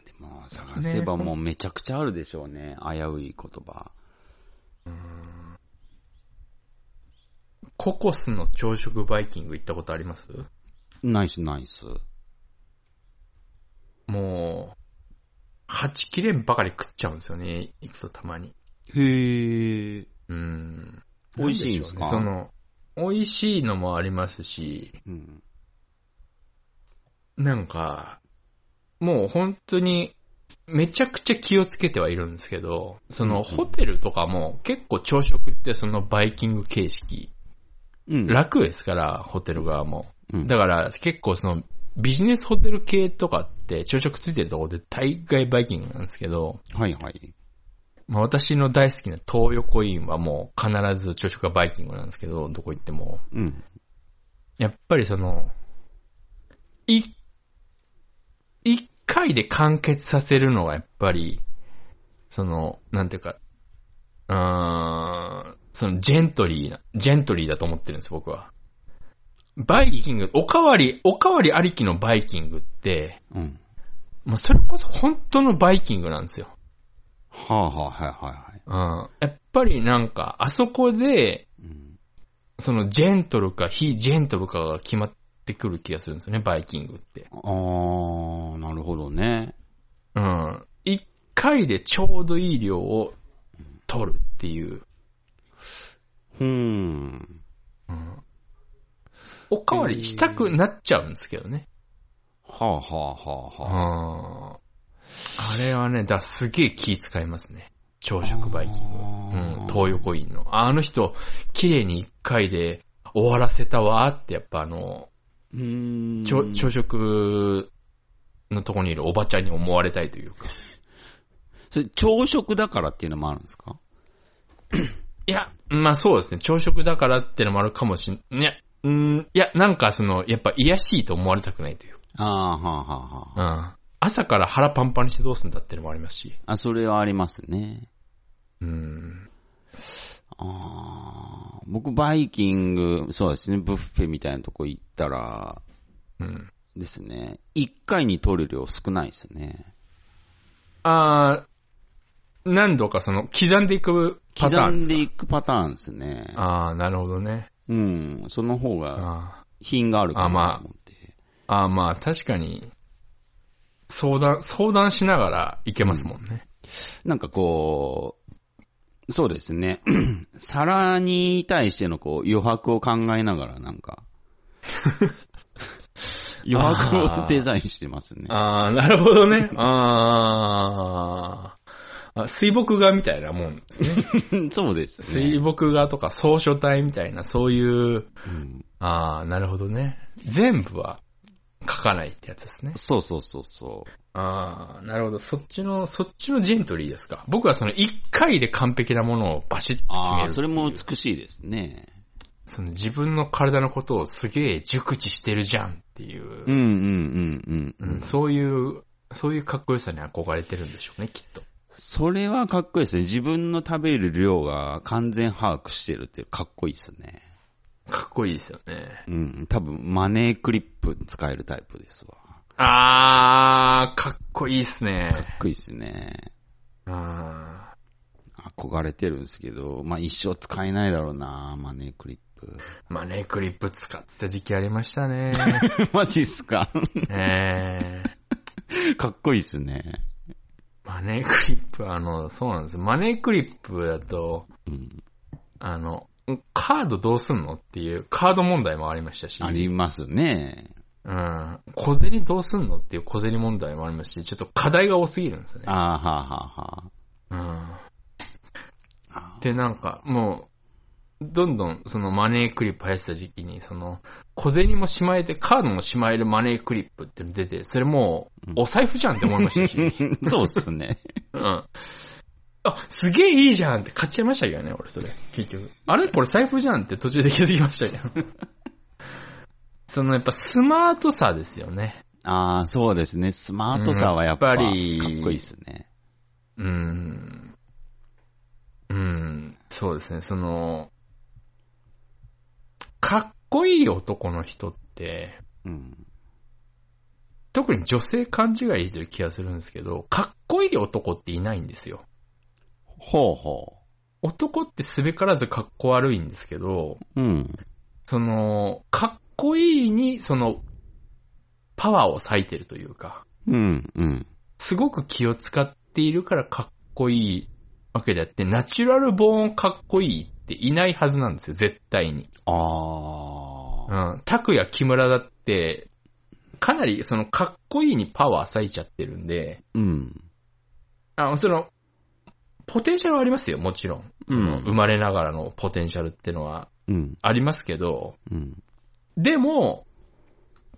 [SPEAKER 2] でも、探せばもうめちゃくちゃあるでしょうね。危うい言葉。
[SPEAKER 1] ココスの朝食バイキング行ったことあります
[SPEAKER 2] ナイスナイス。
[SPEAKER 1] もう、8切れんばかり食っちゃうんですよね。行くとたまに。
[SPEAKER 2] へえ。
[SPEAKER 1] うん。
[SPEAKER 2] 美味しいんですか
[SPEAKER 1] なんでしょうねその、美味しいのもありますし、
[SPEAKER 2] うん。
[SPEAKER 1] なんか、もう本当に、めちゃくちゃ気をつけてはいるんですけど、そ
[SPEAKER 2] うんう
[SPEAKER 1] の
[SPEAKER 2] ん
[SPEAKER 1] ホテルとかも結構朝食ってそのバイキング形式、
[SPEAKER 2] うん。
[SPEAKER 1] 楽ですから、ホテル側も。
[SPEAKER 2] うん
[SPEAKER 1] だから結構そのビジネスホテル系とかって朝食ついてるとこで大概バイキングなんですけど、
[SPEAKER 2] はいはい。
[SPEAKER 1] まあ私の大好きな東横インはもう必ず朝食がバイキングなんですけど、どこ行っても。
[SPEAKER 2] うん。
[SPEAKER 1] やっぱりその、い、一回で完結させるのがやっぱり、その、なんていうか、うーん、そのジェントリーな、ジェントリーだと思ってるんです、僕は。バイキング、おかわり、おかわりありきのバイキングって、
[SPEAKER 2] うん。
[SPEAKER 1] もうそれこそ本当のバイキングなんですよ。
[SPEAKER 2] はあはあはいはい
[SPEAKER 1] う
[SPEAKER 2] はい。
[SPEAKER 1] ん。やっぱりなんか、あそこで、
[SPEAKER 2] うん。
[SPEAKER 1] そのジェントルか非ジェントルかが決まってくる気がするんですよね、バイキングって。
[SPEAKER 2] あー、なるほどね。
[SPEAKER 1] うん。一回でちょうどいい量を取るっていう。
[SPEAKER 2] ふーん。
[SPEAKER 1] おかわりしたくなっちゃうんですけどね。
[SPEAKER 2] はあはあは
[SPEAKER 1] う
[SPEAKER 2] あ
[SPEAKER 1] ん。
[SPEAKER 2] はあ。
[SPEAKER 1] あれはね、だすげえ気使いますね。朝食バイキング
[SPEAKER 2] あー。
[SPEAKER 1] うん。東横インの。あの人、綺麗に一回で終わらせたわーって、やっぱあの、
[SPEAKER 2] うーん。
[SPEAKER 1] ちょ朝食のとこにいるおばちゃんに思われたいというか。
[SPEAKER 2] それ朝食だからっていうのもあるんですか
[SPEAKER 1] いや、まあそうですね。朝食だからってのもあるかもしん、いや、うん、いや、なんかその、やっぱ癒やしいと思われたくないという。
[SPEAKER 2] ああ、はあはあはあ。
[SPEAKER 1] うん。朝から腹パンパンにしてどうすんだってのもありますし。
[SPEAKER 2] あ、それはありますね。
[SPEAKER 1] うん。
[SPEAKER 2] ああ、僕バイキング、そうですね、ブッフェみたいなとこ行ったら、
[SPEAKER 1] うん。
[SPEAKER 2] ですね、一回に取る量少ないですね。
[SPEAKER 1] あー、何度かその、刻んでいくパター
[SPEAKER 2] 刻
[SPEAKER 1] ンで
[SPEAKER 2] ん
[SPEAKER 1] す
[SPEAKER 2] で
[SPEAKER 1] か。
[SPEAKER 2] いくパターンですね。
[SPEAKER 1] あー、なるほどね。
[SPEAKER 2] うん、その方が
[SPEAKER 1] あ
[SPEAKER 2] 品があるかなと思って。
[SPEAKER 1] ーあー、まあ確かに、相談、相談しながらいけますもんね。
[SPEAKER 2] なんかこう、そうですね。 皿に対してのこう余白を考えながらなんか、余白をデザインしてます ね。
[SPEAKER 1] あー、なるほどね。あー。あ水墨画みたいなもんですね。
[SPEAKER 2] そうです
[SPEAKER 1] 水
[SPEAKER 2] ね。
[SPEAKER 1] 墨画とか草書体みたいな、そういう、
[SPEAKER 2] うん
[SPEAKER 1] ああ、なるほどね。全部は書かないってやつですね。
[SPEAKER 2] そうそうそうそう。
[SPEAKER 1] ああ、なるほど。そっちの、そっちのジェントリーですか。僕はその一回で完璧なものをバシッと決め
[SPEAKER 2] あ
[SPEAKER 1] る。
[SPEAKER 2] あ、それも美しいですね。
[SPEAKER 1] その自分の体のことをすげえ熟知してるじゃんっていう、
[SPEAKER 2] うんうんうんうん。
[SPEAKER 1] うんそういう、そういうかっこよさに憧れてるんでしょうね、きっと。
[SPEAKER 2] それはかっこいいですね。自分の食べる量が完全把握してるってかっこいいですね。
[SPEAKER 1] かっこいいですよね。
[SPEAKER 2] うん。多分、マネークリップ使えるタイプですわ。
[SPEAKER 1] あー、かっこいいっす
[SPEAKER 2] かっ
[SPEAKER 1] ね。
[SPEAKER 2] こいいですね。
[SPEAKER 1] あ
[SPEAKER 2] 憧れてるんですけど、まあ一生使えないだろうな、マネークリッ プ。
[SPEAKER 1] ーマネークリップ使ってた時期ありました ね。
[SPEAKER 2] マジっすか
[SPEAKER 1] えー、
[SPEAKER 2] かっこいいっすね。
[SPEAKER 1] マネークリップ、あの、そうなんですよ。マネークリップだと、
[SPEAKER 2] うん。
[SPEAKER 1] あの、カードどうすんのっていう、カード問題もありましたし。
[SPEAKER 2] ありますね。
[SPEAKER 1] うん。小銭どうすんのっていう小銭問題もありますし、ちょっと課題が多すぎるんですよね。
[SPEAKER 2] あーはあはあは
[SPEAKER 1] うん。
[SPEAKER 2] ああ
[SPEAKER 1] で、なんか、もう、どんどん、そのマネークリップ流行ってた時期に、その、小銭もしまえて、カードもしまえるマネークリップっていうの出て、それもう、お財布じゃんって思いま したし。
[SPEAKER 2] ー。そうっすね。
[SPEAKER 1] うん。あ、すげえいいじゃんって買っちゃいましたけどね、俺それ。結局。あれこれ財布じゃんって途中で気づきましたけど。 そのやっぱスマートさですよね。
[SPEAKER 2] ああ、そうですね。スマートさはやっぱ
[SPEAKER 1] うん
[SPEAKER 2] り、
[SPEAKER 1] やっぱり
[SPEAKER 2] かっこいいっすね。
[SPEAKER 1] うーん。うーん。そうですね、その、かっこいい男の人って、
[SPEAKER 2] うん。
[SPEAKER 1] 特に女性勘違いしてる気がするんですけど、かっこいい男っていないんですよ。
[SPEAKER 2] ほうほ
[SPEAKER 1] 男ってすべからずかっこ悪いんですけど、
[SPEAKER 2] う。うん。
[SPEAKER 1] その、かっこいいに、その、パワーを割いてるというか、
[SPEAKER 2] うん、うん。
[SPEAKER 1] すごく気を使っているからかっこいいわけであって、ナチュラルボーンかっこいいっていないはずなんですよ、絶対に。
[SPEAKER 2] あ
[SPEAKER 1] う
[SPEAKER 2] あ。
[SPEAKER 1] ん。拓也木村だって、かなりそのかっこいいにパワー割いちゃってるんで、
[SPEAKER 2] うん。
[SPEAKER 1] あ、その、ポテンシャルはありますよ、もちろん。
[SPEAKER 2] う
[SPEAKER 1] その生
[SPEAKER 2] ん。
[SPEAKER 1] まれながらのポテンシャルってのは
[SPEAKER 2] うん。
[SPEAKER 1] ありますけど、
[SPEAKER 2] うん。
[SPEAKER 1] でも、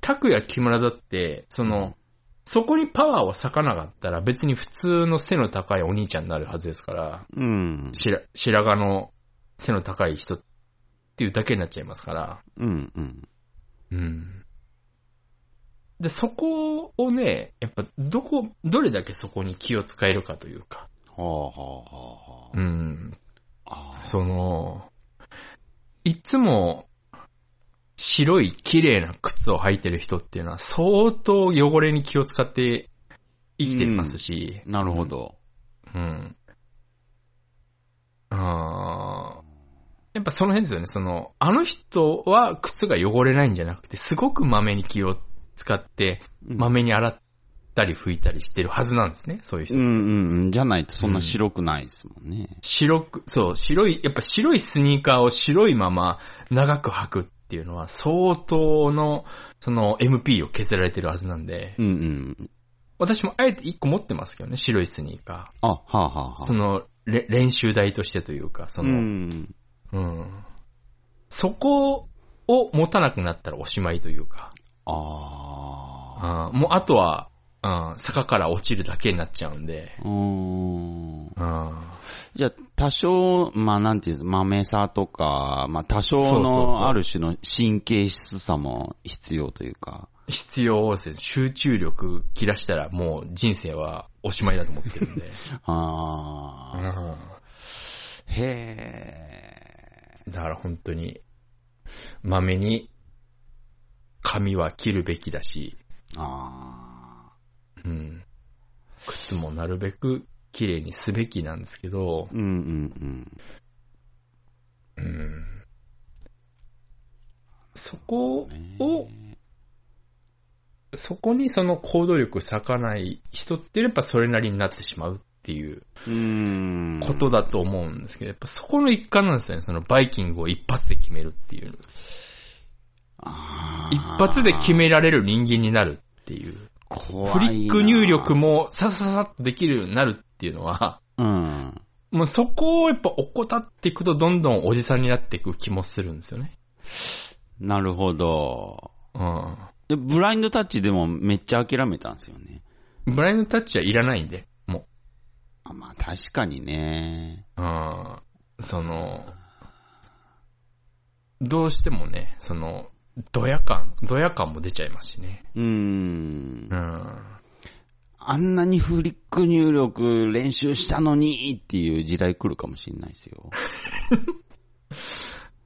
[SPEAKER 1] 拓也木村だって、その、そこにパワーを割かなかったら別に普通の背の高いお兄ちゃんになるはずですから、
[SPEAKER 2] うん。
[SPEAKER 1] 白白髪の背の高い人っていうだけになっちゃいますから。
[SPEAKER 2] うん。うん。
[SPEAKER 1] うん。で、そこをね、やっぱどこ、どれだけそこに気を使えるかというか。
[SPEAKER 2] ほうほうほうほう
[SPEAKER 1] う。ん。
[SPEAKER 2] ああ。
[SPEAKER 1] その、いつも、白い綺麗な靴を履いてる人っていうのは相当汚れに気を使って生きてますし、
[SPEAKER 2] なるほど。
[SPEAKER 1] うん。あーやっぱその辺ですよね、その、あの人は靴が汚れないんじゃなくて、すごくまめに気を使って、まめに洗ったり拭いたりしてるはずなんですね、そういう人
[SPEAKER 2] うんうんうん。じゃないとそんな白くないですもんね。
[SPEAKER 1] 白く、そう、白い、やっぱ白いスニーカーを白いまま長く履くっていうのは相当の、その MP を削られてるはずなんで、
[SPEAKER 2] うんうん。
[SPEAKER 1] 私もあえて一個持ってますけどね、白いスニーカ
[SPEAKER 2] あ、はあはあ
[SPEAKER 1] ー。
[SPEAKER 2] はあ
[SPEAKER 1] そ。の、れ練習台としてというか、その、
[SPEAKER 2] う
[SPEAKER 1] うん、
[SPEAKER 2] ん。
[SPEAKER 1] そこを持たなくなったらおしまいというか、
[SPEAKER 2] ああ。
[SPEAKER 1] あーもうあとは、うん坂から落ちるだけになっちゃうんで、
[SPEAKER 2] うーん。
[SPEAKER 1] うん
[SPEAKER 2] じゃあ、多少、まあ、なんていうんですまめさとか、まあ、多
[SPEAKER 1] そ
[SPEAKER 2] 少
[SPEAKER 1] うそうそう
[SPEAKER 2] のある種の神経質さも必要というか。
[SPEAKER 1] 必要ですね集中力切らしたらもう人生はおしまいだと思ってるんで。
[SPEAKER 2] ああ。
[SPEAKER 1] だ
[SPEAKER 2] へえ。
[SPEAKER 1] から本当に、まめに、髪は切るべきだし、
[SPEAKER 2] ああ。
[SPEAKER 1] うん。靴もなるべく綺麗にすべきなんですけど、
[SPEAKER 2] うんうん
[SPEAKER 1] うん。そこ
[SPEAKER 2] うん。ね
[SPEAKER 1] を、そこにその行動力割かない人ってやっぱそれなりになってしまうっていう
[SPEAKER 2] うーん。
[SPEAKER 1] ことだと思うんですけど、やっぱそこの一環なんですよね。そのバイキングを一発で決めるっていう。
[SPEAKER 2] あー。
[SPEAKER 1] 一発で決められる人間になるっていう。
[SPEAKER 2] 怖いな、
[SPEAKER 1] フリック入力もさささっとできるようになるっていうのは、
[SPEAKER 2] うん。
[SPEAKER 1] もうそこをやっぱ怠っていくとどんどんおじさんになっていく気もするんですよね。
[SPEAKER 2] なるほど。
[SPEAKER 1] うん。
[SPEAKER 2] で、ブラインドタッチでもめっちゃ諦めたんですよね。
[SPEAKER 1] ブラインドタッチはいらないんで、も
[SPEAKER 2] あまあ確かにね。
[SPEAKER 1] う。うん。その、どうしてもね、その、ドヤ感、ドヤ感も出ちゃいますしね。
[SPEAKER 2] うーん
[SPEAKER 1] う。ん。
[SPEAKER 2] あんなにフリック入力練習したのにっていう時代来るかもしれないですよ。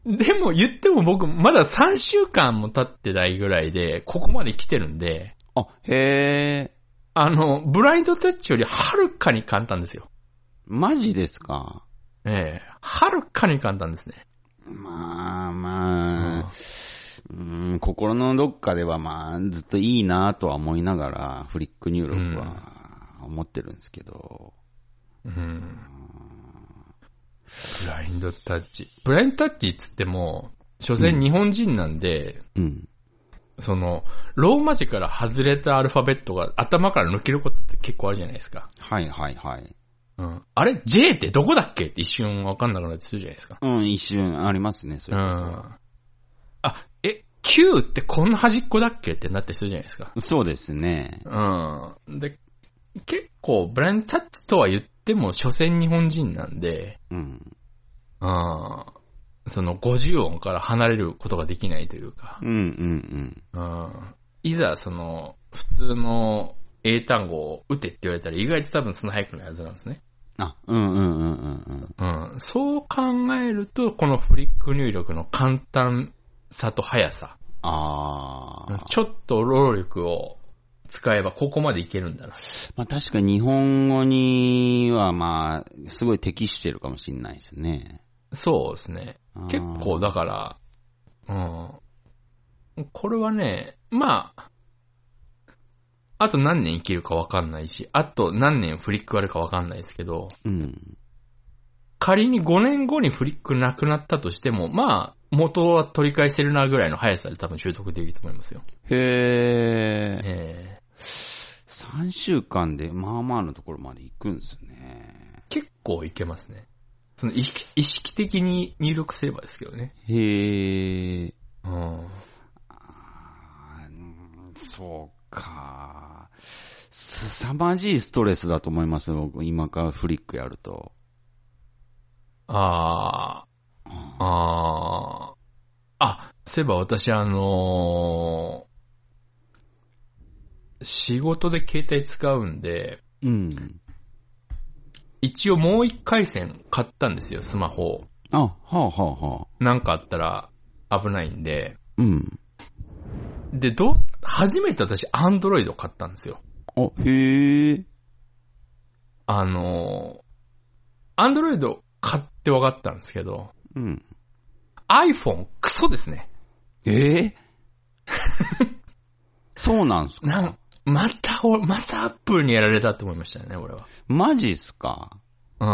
[SPEAKER 1] でも言っても僕、まだ3週間も経ってないぐらいで、ここまで来てるんで、
[SPEAKER 2] あ、へえ、
[SPEAKER 1] あの、ブラインドタッチよりはるかに簡単ですよ。
[SPEAKER 2] マジですか。
[SPEAKER 1] ええはるかに簡単ですね。
[SPEAKER 2] まあまあ、うーん、心のどっかではまあ、ずっといいなとは思いながら、フリック入力は思ってるんですけど、
[SPEAKER 1] うん。ブラインドタッチ。ブラインドタッチっつっても、所詮日本人なんで、
[SPEAKER 2] うん。
[SPEAKER 1] その、ローマ字から外れたアルファベットが頭から抜けることって結構あるじゃないですか。
[SPEAKER 2] はいはいはい。
[SPEAKER 1] うん。あれ ?J ってどこだっけって一瞬わかんなくなってするじゃないですか。
[SPEAKER 2] うん、一瞬ありますね、そうれ。
[SPEAKER 1] ん。あ、え、Q ってこんな端っこだっけってなってするじゃないですか。
[SPEAKER 2] そうですね。
[SPEAKER 1] うん。で、結構、ブラインドタッチとは言っても、所詮日本人なんで、
[SPEAKER 2] うん。
[SPEAKER 1] うん。その50音から離れることができないというか
[SPEAKER 2] う、んうんうん。
[SPEAKER 1] うん。いざ、その、普通の英単語を打てって言われたら、意外と多分その早くないはずなんですね。
[SPEAKER 2] あ、うんうんうんうん
[SPEAKER 1] うん。そう考えると、このフリック入力の簡単さと速さ、
[SPEAKER 2] ああ。
[SPEAKER 1] ちょっと労力を使えばここまでいけるんだな。
[SPEAKER 2] まあ確かに日本語にはまあ、すごい適してるかもしれないですね。
[SPEAKER 1] そうですね。
[SPEAKER 2] あー
[SPEAKER 1] 結構だから、うん。これはね、まあ、あと何年生きるかわかんないし、あと何年フリックあるかわかんないですけど、
[SPEAKER 2] うん。
[SPEAKER 1] 仮に5年後にフリックなくなったとしても、まあ、元は取り返せるなぐらいの速さで多分習得できると思いますよ。
[SPEAKER 2] へえ。
[SPEAKER 1] えー
[SPEAKER 2] 3週間でまあまあのところまで行くんですね。
[SPEAKER 1] 結構いけますね。その意識意識的に入力すればですけどね。
[SPEAKER 2] へえ。
[SPEAKER 1] うん。
[SPEAKER 2] あーうんそうか。凄まじいストレスだと思いますよ、僕。今からフリックやると。
[SPEAKER 1] ああ、ああ、あ、そういえば私あのー仕事で携帯使うんで、
[SPEAKER 2] うん。
[SPEAKER 1] 一応もう一回線買ったんですよ、スマホを。
[SPEAKER 2] あ、はあはあはあ。
[SPEAKER 1] なんかあったら危ないんで。
[SPEAKER 2] うん。
[SPEAKER 1] で、どう、初めて私アンドロイド買ったんですよ。
[SPEAKER 2] あ、へえ。
[SPEAKER 1] あのーアンドロイド買って分かったんですけど、
[SPEAKER 2] うん。
[SPEAKER 1] iPhone クソですね。
[SPEAKER 2] ええ そうなんすか
[SPEAKER 1] なん、また、おまたアップルにやられたって思いましたね、俺は。
[SPEAKER 2] マジっすか
[SPEAKER 1] うん。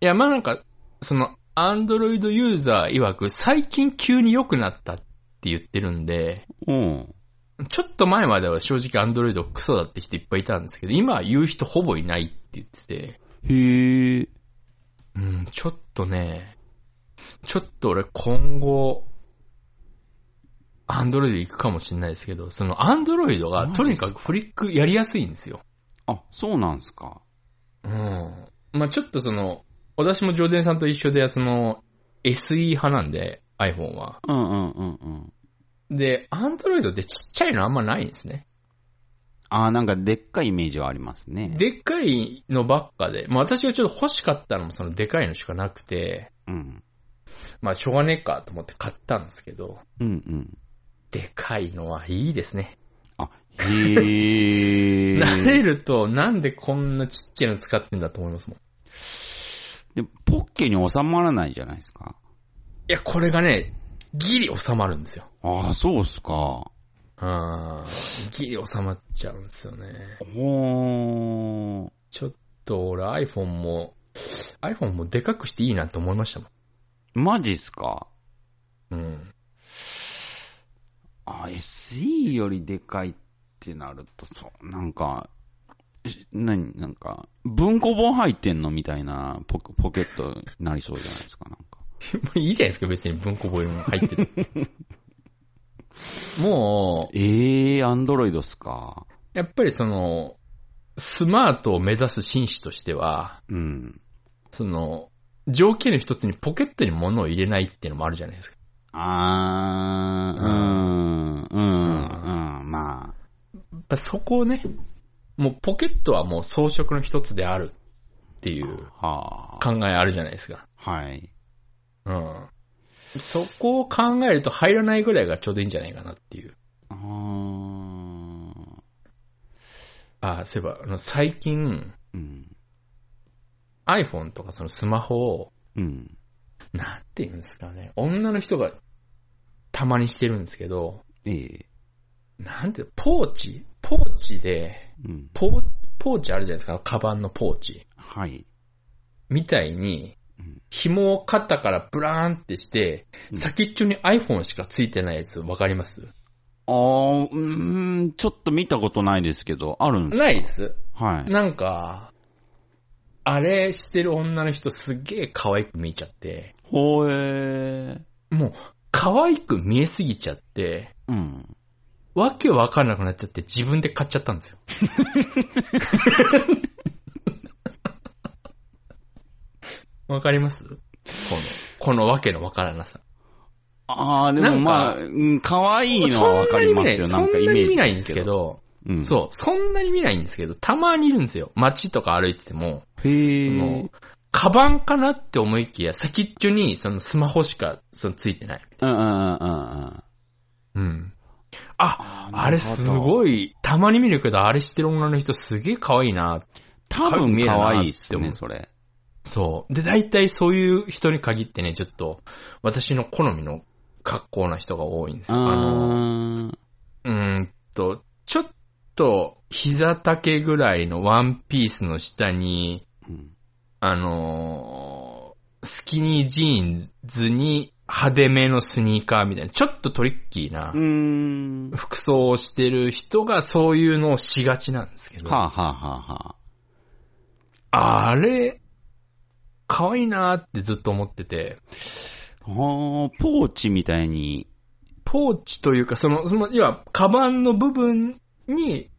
[SPEAKER 1] いや、まあなんか、その、アンドロイドユーザー曰く、最近急に良くなったって言ってるんで、
[SPEAKER 2] うん。
[SPEAKER 1] ちょっと前までは正直アンドロイドクソだって人いっぱいいたんですけど、今は言う人ほぼいないって言ってて、
[SPEAKER 2] へえ。
[SPEAKER 1] うん、ちょっとね、ちょっと俺今後、アンドロイド行くかもしれないですけど、そのアンドロイドがとにかくフリックやりやすいんですよ。
[SPEAKER 2] あ、そうなんすか
[SPEAKER 1] うん。まあちょっとその、私もジョーデンさんと一緒で、その、SE 派なんで、iPhone は。
[SPEAKER 2] うんうんうんうん。
[SPEAKER 1] で、Android ってちっちゃいのあんまないんですね。
[SPEAKER 2] あーなんかでっかいイメージはありますね。、
[SPEAKER 1] でっかいのばっかで、まあ私がちょっと欲しかったのもそのでかいのしかなくて、
[SPEAKER 2] うん。
[SPEAKER 1] まあしょうがねえかと思って買ったんですけど、
[SPEAKER 2] うんうん。
[SPEAKER 1] でかいのはいいですね。
[SPEAKER 2] あ、へえ。
[SPEAKER 1] 慣れると、なんでこんなちっちゃいの使ってんだと思いますもん。
[SPEAKER 2] で、ポッケに収まらないじゃないですか。
[SPEAKER 1] いや、これがね、ギリ収まるんですよ。
[SPEAKER 2] ああ、そうっすか。
[SPEAKER 1] あーギリ収まっちゃうんですよね。
[SPEAKER 2] ほー。
[SPEAKER 1] ちょっと俺 iPhone も、iPhone もでかくしていいなと思いましたも
[SPEAKER 2] マジっすか
[SPEAKER 1] ん。 うん。
[SPEAKER 2] あ、SE よりでかいってなると、そう、なんか、し何、なんか、文庫本入ってんのみたいなポケポケットになりそうじゃないですか、なんか。
[SPEAKER 1] いいじゃないですか、別に文庫本も入ってて。もう、
[SPEAKER 2] ええー、アンドロイドっすか。
[SPEAKER 1] やっぱりその、スマートを目指す紳士としては、
[SPEAKER 2] うん。
[SPEAKER 1] その、条件の一つにポケットに物を入れないっていうのもあるじゃないですか。
[SPEAKER 2] あー、うん、うん、うん、まあ。
[SPEAKER 1] やっぱそこをね、もうポケットはもう装飾の一つであるっていう
[SPEAKER 2] はあ。
[SPEAKER 1] 考えあるじゃないですか。
[SPEAKER 2] はい。
[SPEAKER 1] うん。そこを考えると入らないぐらいがちょうどいいんじゃないかなっていう。
[SPEAKER 2] あー
[SPEAKER 1] あ、そういえば、あの、最近、
[SPEAKER 2] うん。
[SPEAKER 1] iPhone とかそのスマホを、
[SPEAKER 2] うん。
[SPEAKER 1] なんて言うんですかね、女の人がたまにしてるんですけど、
[SPEAKER 2] ええ。
[SPEAKER 1] なんて、ポーチポーチで、
[SPEAKER 2] うん。
[SPEAKER 1] ポー、ポーチあるじゃないですか、カバンのポーチ。
[SPEAKER 2] はい。
[SPEAKER 1] みたいに
[SPEAKER 2] うん、
[SPEAKER 1] 紐を肩からブラーンってして、
[SPEAKER 2] うん
[SPEAKER 1] 先っちょに iPhone しかついてないやつ、わかります
[SPEAKER 2] あー、うーん、ちょっと見たことないですけど、あるんです
[SPEAKER 1] ないです。
[SPEAKER 2] はい。
[SPEAKER 1] なんか、あれしてる女の人すっげえ可愛く見えちゃって、
[SPEAKER 2] ほえー。
[SPEAKER 1] もう、可愛く見えすぎちゃって、
[SPEAKER 2] うん。
[SPEAKER 1] わけわかんなくなっちゃって自分で買っちゃったん ですよ。わかりますこの、このわけのわからなさ。
[SPEAKER 2] あー、でもまあ、
[SPEAKER 1] な
[SPEAKER 2] うん、可愛いのはわかりますよ。
[SPEAKER 1] そ
[SPEAKER 2] なん
[SPEAKER 1] ん
[SPEAKER 2] かイ
[SPEAKER 1] な
[SPEAKER 2] メ
[SPEAKER 1] に
[SPEAKER 2] ージ
[SPEAKER 1] 見ないん
[SPEAKER 2] で
[SPEAKER 1] ですす
[SPEAKER 2] け
[SPEAKER 1] け
[SPEAKER 2] ど。
[SPEAKER 1] ど、
[SPEAKER 2] うん。
[SPEAKER 1] そう、そんなに見ないんですけど、たまにいるんですよ。街とか歩いてても、
[SPEAKER 2] う。へ
[SPEAKER 1] そ
[SPEAKER 2] え
[SPEAKER 1] の。、カバンかなって思いきや、先っちょにそのスマホしかそのついてない。
[SPEAKER 2] うんうんうんうんうん。
[SPEAKER 1] うん。あ
[SPEAKER 2] あ、ー
[SPEAKER 1] あれすごい、たまに見るけど、あれしてる女の人すげえ可愛いな。
[SPEAKER 2] 多分
[SPEAKER 1] 可
[SPEAKER 2] 可
[SPEAKER 1] 愛
[SPEAKER 2] 愛
[SPEAKER 1] い
[SPEAKER 2] い
[SPEAKER 1] っ
[SPEAKER 2] っ
[SPEAKER 1] す
[SPEAKER 2] す
[SPEAKER 1] ね
[SPEAKER 2] ね、それ。
[SPEAKER 1] そう。で、大体そういう人に限ってね、ちょっと、私の好みの格好な人が多いんですよ。あの、
[SPEAKER 2] あ
[SPEAKER 1] うーんと、ちょっと、膝丈ぐらいのワンピースの下に、
[SPEAKER 2] うん
[SPEAKER 1] あのースキニージーンズに派手めのスニーカーみたいな、ちょっとトリッキーな
[SPEAKER 2] うーん。は
[SPEAKER 1] 服装をしてる人がそういうのをしがちなんですけど、
[SPEAKER 2] あ、はあはあはあ、
[SPEAKER 1] あれ、可愛いなーってずっと思ってて、
[SPEAKER 2] あーポーチみたいに、
[SPEAKER 1] ポーチというか、その、その、要は、カバンの部分に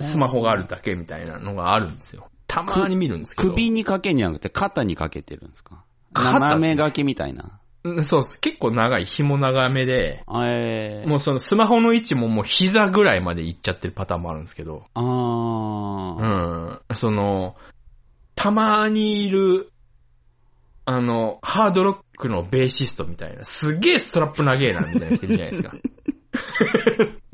[SPEAKER 1] スマホがあるだけみたいなのがあるんですよ。たまに見るんですけど。
[SPEAKER 2] 首にかけんじゃなくて肩にかけてるんですか
[SPEAKER 1] 肩っすね
[SPEAKER 2] 斜め掛けみたいな。
[SPEAKER 1] うんそうです。結構長い、紐長めで、
[SPEAKER 2] えー、
[SPEAKER 1] もうそのスマホの位置ももう膝ぐらいまで行っちゃってるパターンもあるんですけど、
[SPEAKER 2] あ
[SPEAKER 1] う
[SPEAKER 2] ー、
[SPEAKER 1] ん。その、たまにいる、あの、ハードロックのベーシストみたいな、すげえストラップ長えな、みたいな人いるじゃないですか。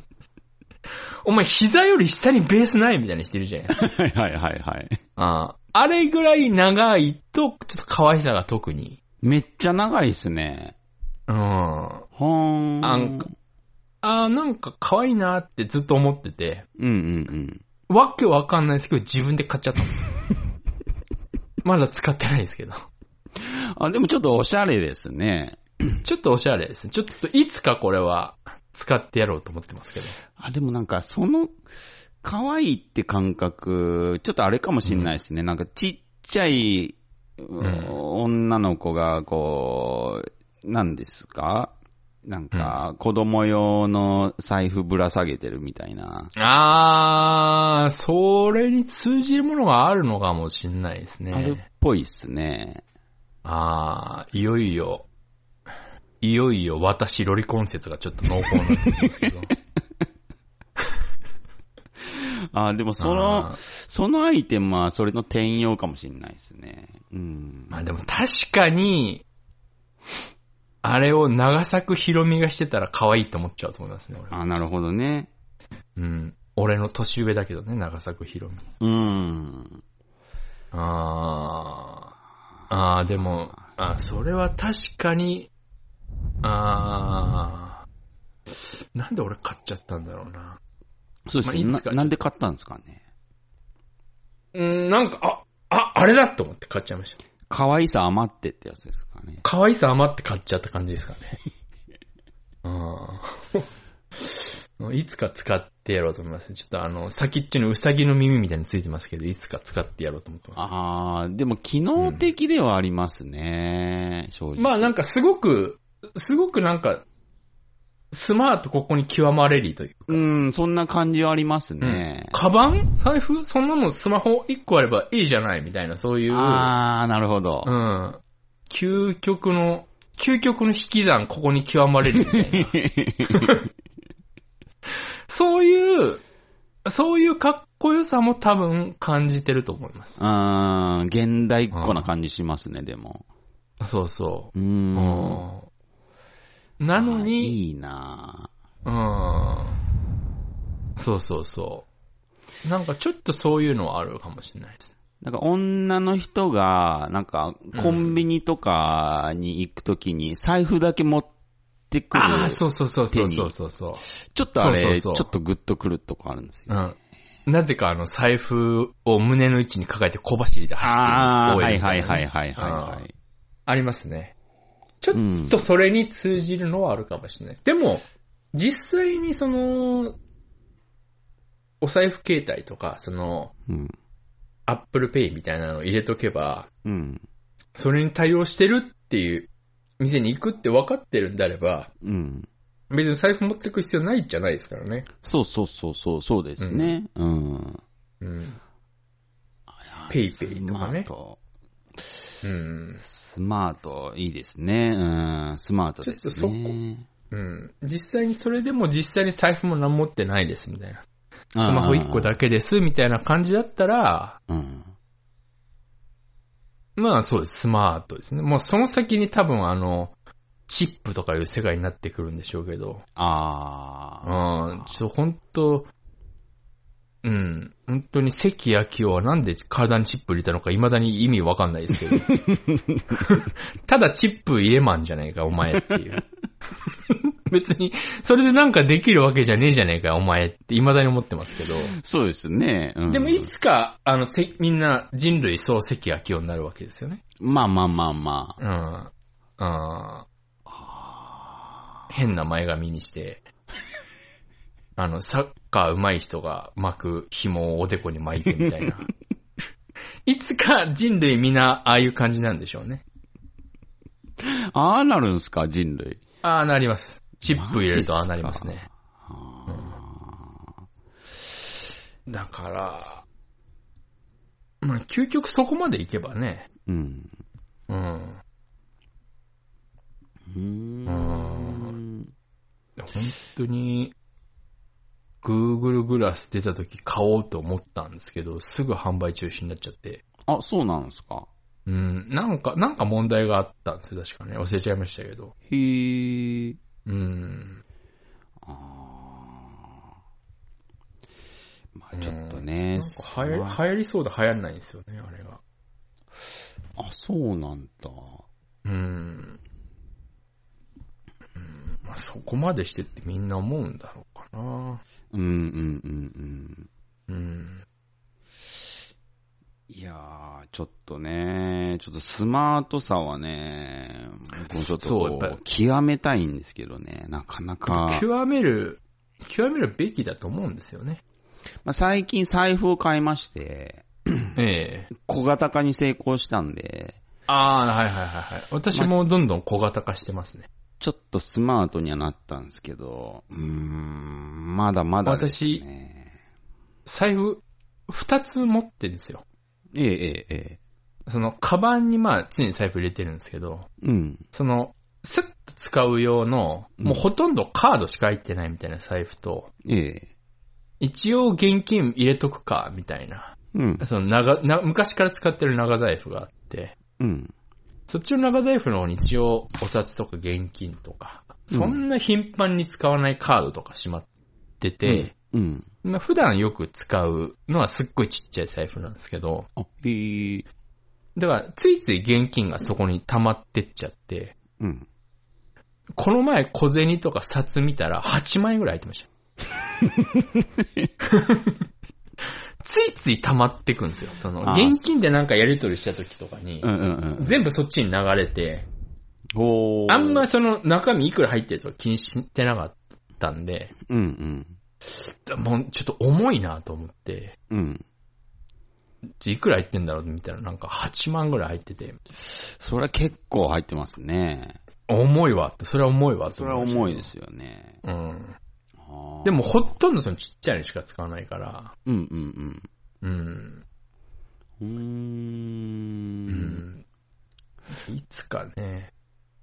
[SPEAKER 1] お前膝より下にベースないみたいな人いるじゃないですか
[SPEAKER 2] はいはいはいはい。
[SPEAKER 1] あああれぐらい長いと、ちょっと可愛さが特に。
[SPEAKER 2] めっちゃ長いっすね。
[SPEAKER 1] うん。あ
[SPEAKER 2] はーん。
[SPEAKER 1] あんあ、なんか可愛いなってずっと思ってて、
[SPEAKER 2] うんうんうん。
[SPEAKER 1] わけわかんないですけど自分で買っちゃ ったんですよ。まだ使ってないですけど。
[SPEAKER 2] あ、でもちょっとおしゃれですね。
[SPEAKER 1] ちょっとおしゃれですね。ちょっといつかこれは使ってやろうと思ってますけど。
[SPEAKER 2] あ、でもなんか、その、可愛いって感覚、ちょっとあれかもしんないですね。なんか、ちっちゃい、
[SPEAKER 1] ん
[SPEAKER 2] 女の子が、こう、なんですかなんか、子供用の財布ぶら下げてるみたいな。
[SPEAKER 1] あー、それに通じるものがあるのかもしんないです
[SPEAKER 2] あれっ
[SPEAKER 1] ね。
[SPEAKER 2] ぽいっすね。
[SPEAKER 1] あー、いよいよ、いよいよ私ロリコン説がちょっと濃厚になってきますけ ど。
[SPEAKER 2] あ、でもそ
[SPEAKER 1] あ
[SPEAKER 2] の、
[SPEAKER 1] ー
[SPEAKER 2] そのアイテムはそれの転用かもしんないですね。うん。
[SPEAKER 1] まあでも確かに、あれを長作ひろみがしてたら可愛いと思っちゃうと思いますね、俺は。
[SPEAKER 2] あ、なるほどね。
[SPEAKER 1] うん。俺の年上だけどね、長作ひろみ。
[SPEAKER 2] うん。
[SPEAKER 1] あー。あー、でも、あそれは確かに、あー。なんで俺買っちゃったんだろうな。
[SPEAKER 2] そうですね。
[SPEAKER 1] まあい
[SPEAKER 2] な
[SPEAKER 1] つか
[SPEAKER 2] なんで買ったんですかね。
[SPEAKER 1] うん、なんか、あ、あ、あれだと思って買っちゃいました。
[SPEAKER 2] 可愛さ余ってってやつですかね。
[SPEAKER 1] 可愛さ余って買っちゃった感じですかね。 ああ。 いつか使ってやろうと思います。ちょっとあの、先っちょにウサギの耳みたいについてますけど、いつか使ってやろうと思ってま
[SPEAKER 2] ああ、でも機能的ではありますね、正
[SPEAKER 1] す。
[SPEAKER 2] 直。
[SPEAKER 1] まあなんかすごく、すごくなんか、スマートここに極まれりというか。
[SPEAKER 2] うん、そんな感じはありますね。
[SPEAKER 1] カバン財布そんなのスマホ1個あればいいじゃないみたいな、そういう。
[SPEAKER 2] ああ、なるほど。
[SPEAKER 1] うん。究極の、究極の引き算、ここに 極まれるみたいな。そういう、そういうかっこよさも多分感じてると思います。
[SPEAKER 2] あー現代っ子な感じしますね、でも。
[SPEAKER 1] そうそう
[SPEAKER 2] ー。
[SPEAKER 1] う。うんんなの
[SPEAKER 2] あー
[SPEAKER 1] に、
[SPEAKER 2] いいな
[SPEAKER 1] うん。そうそうそう。なんかちょっとそういうのはあるかもしれないですね。
[SPEAKER 2] ぁなんか女の人が、なんかコンビニとかに行くときに財布だけ持ってくる。
[SPEAKER 1] ああ、そうそうそうそうそうそうそう。
[SPEAKER 2] ちょっとあれ
[SPEAKER 1] そうそうそう
[SPEAKER 2] ちょっとグッとくるとこあるんですよ。
[SPEAKER 1] うん。なぜかあの財布を胸の位置に抱えて小走りで走
[SPEAKER 2] ああ、
[SPEAKER 1] ってる。
[SPEAKER 2] はいはいはいはいはい、は
[SPEAKER 1] うん
[SPEAKER 2] い。
[SPEAKER 1] ありますね。ちょっとそれに通じるのはあるかもしれないです。でも、実際にその、お財布携帯とか、その、
[SPEAKER 2] うん。
[SPEAKER 1] Apple Pay みたいなのを入れとけば、
[SPEAKER 2] うん。
[SPEAKER 1] それに対応してるっていう、店に行くって分かってるんであれば、
[SPEAKER 2] うん。
[SPEAKER 1] 別に財布持ってく必要ないじゃないですからね。
[SPEAKER 2] そうそうそうそう、そうですね。うん。
[SPEAKER 1] うん。ペ
[SPEAKER 2] ペ
[SPEAKER 1] イペイとかね
[SPEAKER 2] スマート。
[SPEAKER 1] うん。
[SPEAKER 2] スマート、いいですね。うん、スマートです
[SPEAKER 1] ちょっ
[SPEAKER 2] ね。
[SPEAKER 1] うん。実際にそれでも実際に財布も何も持ってないですみたいな。スマホ1個だ
[SPEAKER 2] け。
[SPEAKER 1] けですみたいな感じだったら、
[SPEAKER 2] うん。
[SPEAKER 1] まあそうです。スマートですね。もうその先に多分あの、チップとかいう世界になってくるんでしょうけど。う
[SPEAKER 2] あ
[SPEAKER 1] ん。
[SPEAKER 2] あ。
[SPEAKER 1] ちょっと本当うん。本当に関明夫はなんで体にチップ入れたのか未だに意味わかんないです けど。ただチップ入れまんじゃねえか、お前っていう。別に、それでなんかできるわけじゃねえじゃねえか、お前って未だに思ってますけど。
[SPEAKER 2] そうですね。うん、
[SPEAKER 1] でもいつか、あの、せみんな人類総関明夫になるわけですよね。
[SPEAKER 2] まあまあまあまあ。
[SPEAKER 1] うん。あー変な前髪にして、あの、サッカー上手い人が巻く紐をおでこに巻いてみたいな。いつか人類みんなああいう感じなんでしょうね。
[SPEAKER 2] ああなるんすか、人類。
[SPEAKER 1] ああなります。チップ入れるとああなりますね。だから、まあ究極そこまでいけばね。
[SPEAKER 2] うん。
[SPEAKER 1] うん。
[SPEAKER 2] うーん。
[SPEAKER 1] 本当に、Google グラス出た時買おうと思ったんですけど、すぐ販売中止になっちゃって。
[SPEAKER 2] あ、そうなんすか。
[SPEAKER 1] うん、なんか、なんか問題があったんですよ、確かね。忘れちゃいましたけど。
[SPEAKER 2] へえ。
[SPEAKER 1] うん。
[SPEAKER 2] まあちょっと
[SPEAKER 1] な
[SPEAKER 2] ね。
[SPEAKER 1] んか流行
[SPEAKER 2] スマ
[SPEAKER 1] 流行りそうで流行んないんですよね、あれが。
[SPEAKER 2] あ、そうなんだ。
[SPEAKER 1] うん。うんまあ、そこまでしてってみんな思うんだろうかな。
[SPEAKER 2] うんうんうんうん。
[SPEAKER 1] うん。
[SPEAKER 2] いやー、ちょっとね、ちょっとスマートさはね、僕もちょっと
[SPEAKER 1] そうやっ
[SPEAKER 2] こ
[SPEAKER 1] ぱ
[SPEAKER 2] う、極めたいんですけどね、なかなか。
[SPEAKER 1] 極める、極めるべきだと思うんですよね。
[SPEAKER 2] まあ、最近財布を買いまして、
[SPEAKER 1] ええ
[SPEAKER 2] 小型化に成功したんで、
[SPEAKER 1] ああ、はいはいはいはい。私もどんどん小型化してますね。
[SPEAKER 2] ちょっとスマートにはなったんですけど、うーん、まだまだですね。
[SPEAKER 1] 財布、二つ持ってるんですよ。
[SPEAKER 2] ええええええ。
[SPEAKER 1] その、カバンにまあ、常に財布入れてるんですけど、
[SPEAKER 2] うん。
[SPEAKER 1] その、スッと使う用の、
[SPEAKER 2] うん
[SPEAKER 1] もうほとんどカードしか入ってないみたいな財布と、
[SPEAKER 2] ええ。
[SPEAKER 1] 一応現金入れとくか、みたいな。
[SPEAKER 2] うん。
[SPEAKER 1] その長、な、昔から使ってる長財布があって、
[SPEAKER 2] うん。
[SPEAKER 1] そっちの長財布の方に一応お札とか現金とか、そんな頻繁に使わないカードとかしまってて、
[SPEAKER 2] うん。
[SPEAKER 1] まあ、普段よく使うのはすっごいちっちゃい財布なんですけど、
[SPEAKER 2] あ、へえ。
[SPEAKER 1] だからついつい現金がそこに溜まってっちゃって、
[SPEAKER 2] うん。
[SPEAKER 1] この前小銭とか札見たら8枚ぐらい入ってました。ついつい溜まってくんですよ。その、
[SPEAKER 2] あー
[SPEAKER 1] 現金でなんかやり取りした時とかに
[SPEAKER 2] う、んうんうん。
[SPEAKER 1] 全部そっちに流れて、
[SPEAKER 2] ほー
[SPEAKER 1] あんまその中身いくら入ってるとか気にしてなかったんで、
[SPEAKER 2] うんうん。
[SPEAKER 1] もうちょっと重いなと思って、
[SPEAKER 2] うん。
[SPEAKER 1] いくら入ってんだろうって見たらなんか8万ぐらい入ってて、
[SPEAKER 2] それは結構入ってますね。
[SPEAKER 1] 重いわって、それは重いわって
[SPEAKER 2] それは
[SPEAKER 1] 思
[SPEAKER 2] 重い
[SPEAKER 1] ま
[SPEAKER 2] で
[SPEAKER 1] し
[SPEAKER 2] すよね。
[SPEAKER 1] たけど。うん。
[SPEAKER 2] あー
[SPEAKER 1] でも、ほとんどそのちっちゃいのしか使わないから、
[SPEAKER 2] うんうん
[SPEAKER 1] うん。
[SPEAKER 2] うん。うー。
[SPEAKER 1] うんん。いつかね。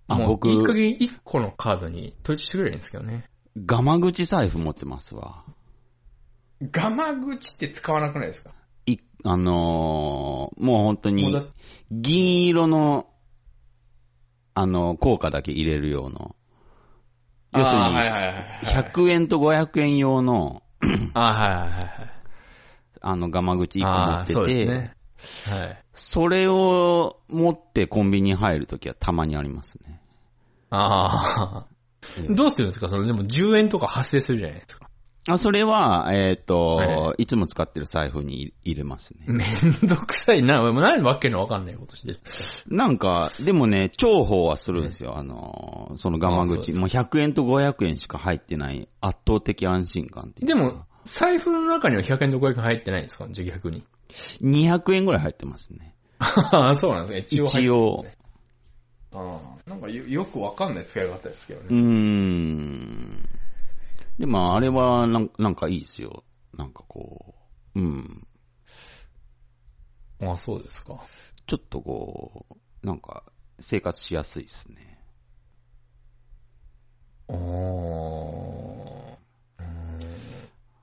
[SPEAKER 2] あ
[SPEAKER 1] もう
[SPEAKER 2] 僕
[SPEAKER 1] いい加減1個のカードに統一してくれるんですけどね。
[SPEAKER 2] ガマ口財布持ってますわ。
[SPEAKER 1] ガマ口って使わなくないですか
[SPEAKER 2] い、あのーもう本当
[SPEAKER 1] もうだ
[SPEAKER 2] に、銀色の、あの、効果だけ入れる用の。要する
[SPEAKER 1] あー
[SPEAKER 2] に、
[SPEAKER 1] はいはいはいはい。
[SPEAKER 2] 100円と500円用の、
[SPEAKER 1] あーはいはいはいはい。
[SPEAKER 2] あの、ガマ口1個持
[SPEAKER 1] あ
[SPEAKER 2] っ
[SPEAKER 1] あ
[SPEAKER 2] てて、
[SPEAKER 1] そ
[SPEAKER 2] そう
[SPEAKER 1] ですね。はい。
[SPEAKER 2] れを持ってコンビニ入るときはたまにありますね。
[SPEAKER 1] ああ。どうするんですかそれでも10円とか発生するじゃないですか。
[SPEAKER 2] あそれは、えっ、と、、
[SPEAKER 1] はい
[SPEAKER 2] つも使ってる財布に入れますね。
[SPEAKER 1] めんどくさいな。もう何わけのわかんないことしてる。
[SPEAKER 2] なんか、でもね、重宝はするんですよ。あのー、そのガマ
[SPEAKER 1] あそうで
[SPEAKER 2] 口。
[SPEAKER 1] す
[SPEAKER 2] もう100円と500円しか入ってない圧倒的安心感っていう
[SPEAKER 1] で
[SPEAKER 2] か。
[SPEAKER 1] も、財布の中には100円と500円入ってないんですかじゃあ逆に。
[SPEAKER 2] 200円ぐらい入ってますね。
[SPEAKER 1] ああ、 そうなんですね。一応入
[SPEAKER 2] 一
[SPEAKER 1] って
[SPEAKER 2] 応。
[SPEAKER 1] ああなんかよよくわかんない使い方ですけど
[SPEAKER 2] う
[SPEAKER 1] ね。
[SPEAKER 2] ーん。でも、あれはなん、なんかいいですよ。なんかこう、うん。
[SPEAKER 1] ああ、そうですか。
[SPEAKER 2] ちょっとこう、なんか、生活しやすいですね。
[SPEAKER 1] ああ。うん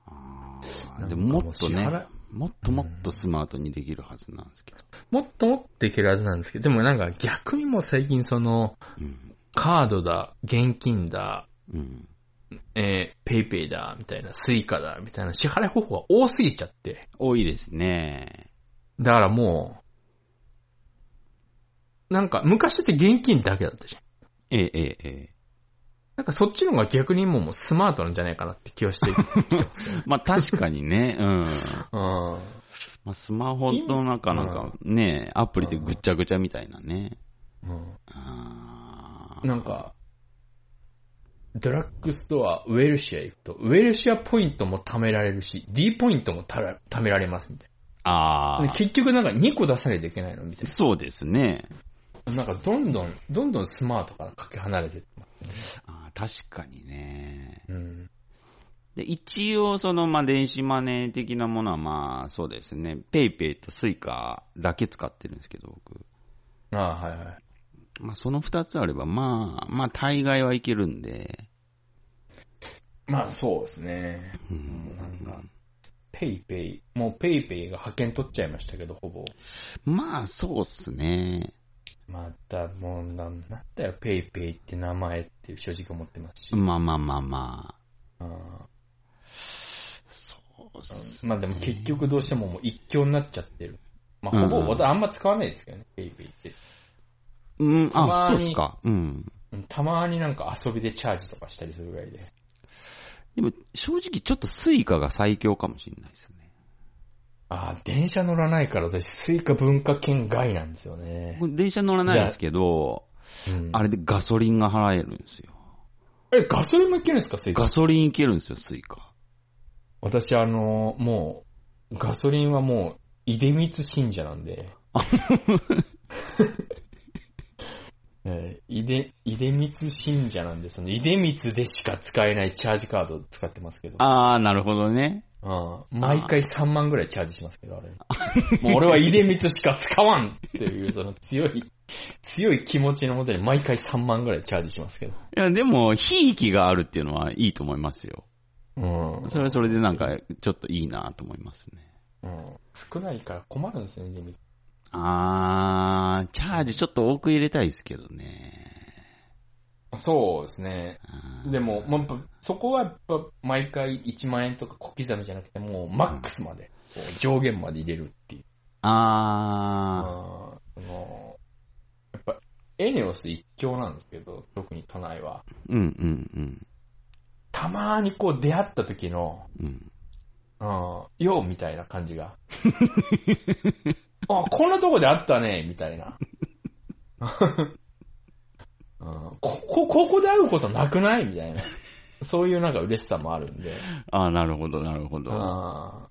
[SPEAKER 2] あ
[SPEAKER 1] な
[SPEAKER 2] ー
[SPEAKER 1] ん
[SPEAKER 2] で
[SPEAKER 1] か
[SPEAKER 2] ももっと
[SPEAKER 1] もう支
[SPEAKER 2] ね
[SPEAKER 1] 払い、
[SPEAKER 2] もっともっとスマートにできるはずなんですけど。
[SPEAKER 1] もっともっといけるはずなんですけど、でもなんか逆にもう最近その、
[SPEAKER 2] うん。
[SPEAKER 1] カードだ、現金だ、
[SPEAKER 2] うん。
[SPEAKER 1] えー、ペイペイだ、みたいな、スイカだ、みたいな支払い方法が多すぎちゃって。
[SPEAKER 2] 多いですね。
[SPEAKER 1] だからもう、なんか昔って現金だけだったじゃん。
[SPEAKER 2] ええ、ええ、え
[SPEAKER 1] なんかそっちの方が逆にもうもうスマートなんじゃないかなって気はして きてます。
[SPEAKER 2] え。まあ確かにね、うん。
[SPEAKER 1] うん。
[SPEAKER 2] まあ、スマホの中なんかね、アプリでぐっちゃぐちゃみたいなね。
[SPEAKER 1] う
[SPEAKER 2] あ
[SPEAKER 1] ん、
[SPEAKER 2] ー
[SPEAKER 1] なんか、ドラッグストア、ウェルシア行くと、ウェルシアポイントも貯められるし、D ポイントもたら貯められますみたい
[SPEAKER 2] あ
[SPEAKER 1] な。で
[SPEAKER 2] ー。
[SPEAKER 1] 結局なんか2個出さないといけないのみたい
[SPEAKER 2] そうですね。
[SPEAKER 1] な。なんかどんどん、どんどんスマートからかけ離れてってます。
[SPEAKER 2] あー確かにね。
[SPEAKER 1] うん。
[SPEAKER 2] で、一応、その、まあ、電子マネー的なものは、まあ、そうですね。ペイペイとスイカだけ使ってるんですけど、僕。
[SPEAKER 1] ああ、はいはい。
[SPEAKER 2] まあ、その二つあれば、まあ、まあ、大概はいけるんで。
[SPEAKER 1] まあそうですね。
[SPEAKER 2] うん
[SPEAKER 1] なんか、ペイペイ、もうペイペイが派遣取っちゃいましたけど、ほぼ。
[SPEAKER 2] まあ、そうっすね。
[SPEAKER 1] また、もうなんなんだよ、ペイペイって名前っていう正直思ってますし。
[SPEAKER 2] まあまあまあま
[SPEAKER 1] うん
[SPEAKER 2] あ。そうっす。
[SPEAKER 1] まあでも結局どうしてももう一強になっちゃってる。まあほぼ
[SPEAKER 2] うんうん
[SPEAKER 1] 私あんま使わないですけどね、ペイペイって。
[SPEAKER 2] うん、
[SPEAKER 1] たま
[SPEAKER 2] あ、そう
[SPEAKER 1] に
[SPEAKER 2] っすか。うん。
[SPEAKER 1] うんたまになんか遊びでチャージとかしたりするぐらいで。
[SPEAKER 2] でも、正直、ちょっとスイカが最強かもしれないですね。
[SPEAKER 1] ああ、電車乗らないから私スイカ文化圏外なんですよね。
[SPEAKER 2] 僕電車乗らないですけど、
[SPEAKER 1] うん
[SPEAKER 2] あれでガソリンが払えるんですよ。
[SPEAKER 1] え、ガソリンもいけるんですか、スイカ
[SPEAKER 2] ガ。ソリンいけるんですよ、スイカ。
[SPEAKER 1] 私あのーもう、ガソリンはもう、出光信者なんで。 えー、いで、いでみつ信者なんで、その、いでみつでしか使えないチャージカードを使ってますけど。
[SPEAKER 2] あー、なるほどね。
[SPEAKER 1] うん毎回3万ぐらいチャージしますけど、あれ。もう俺は井出光しか使わんっていう、その強い、 強い気持ちのもとに毎回3万ぐらいチャージしますけど。
[SPEAKER 2] いや、でも、ひいきがあるっていうのはいいと思いますよ。
[SPEAKER 1] うん。
[SPEAKER 2] それはそれでなんか、ちょっといいなと思いますね。
[SPEAKER 1] うん少ないから困るんですね、井出光。
[SPEAKER 2] あー、チャージちょっと多く入れたいですけどね。
[SPEAKER 1] そうですね。
[SPEAKER 2] あー
[SPEAKER 1] でも、もうやっぱそこはやっぱ毎回1万円とか小刻みじゃなくて、もうマックスまで、こう上限まで入れるっていう。うん
[SPEAKER 2] あ
[SPEAKER 1] そのやっぱ、エネオス一強なんですけど、特に都内は。
[SPEAKER 2] ー、うんうん
[SPEAKER 1] たまーにこう出会った時の、
[SPEAKER 2] うん。うん、
[SPEAKER 1] うん、よみたいな感じが。あ、こんなとこであったね、みたいな。うん、ここ、ここで会うことなくないみたいな。そういうなんか嬉しさもあるんで。
[SPEAKER 2] あー、なるほど、なるほ
[SPEAKER 1] うん、
[SPEAKER 2] ど。
[SPEAKER 1] だか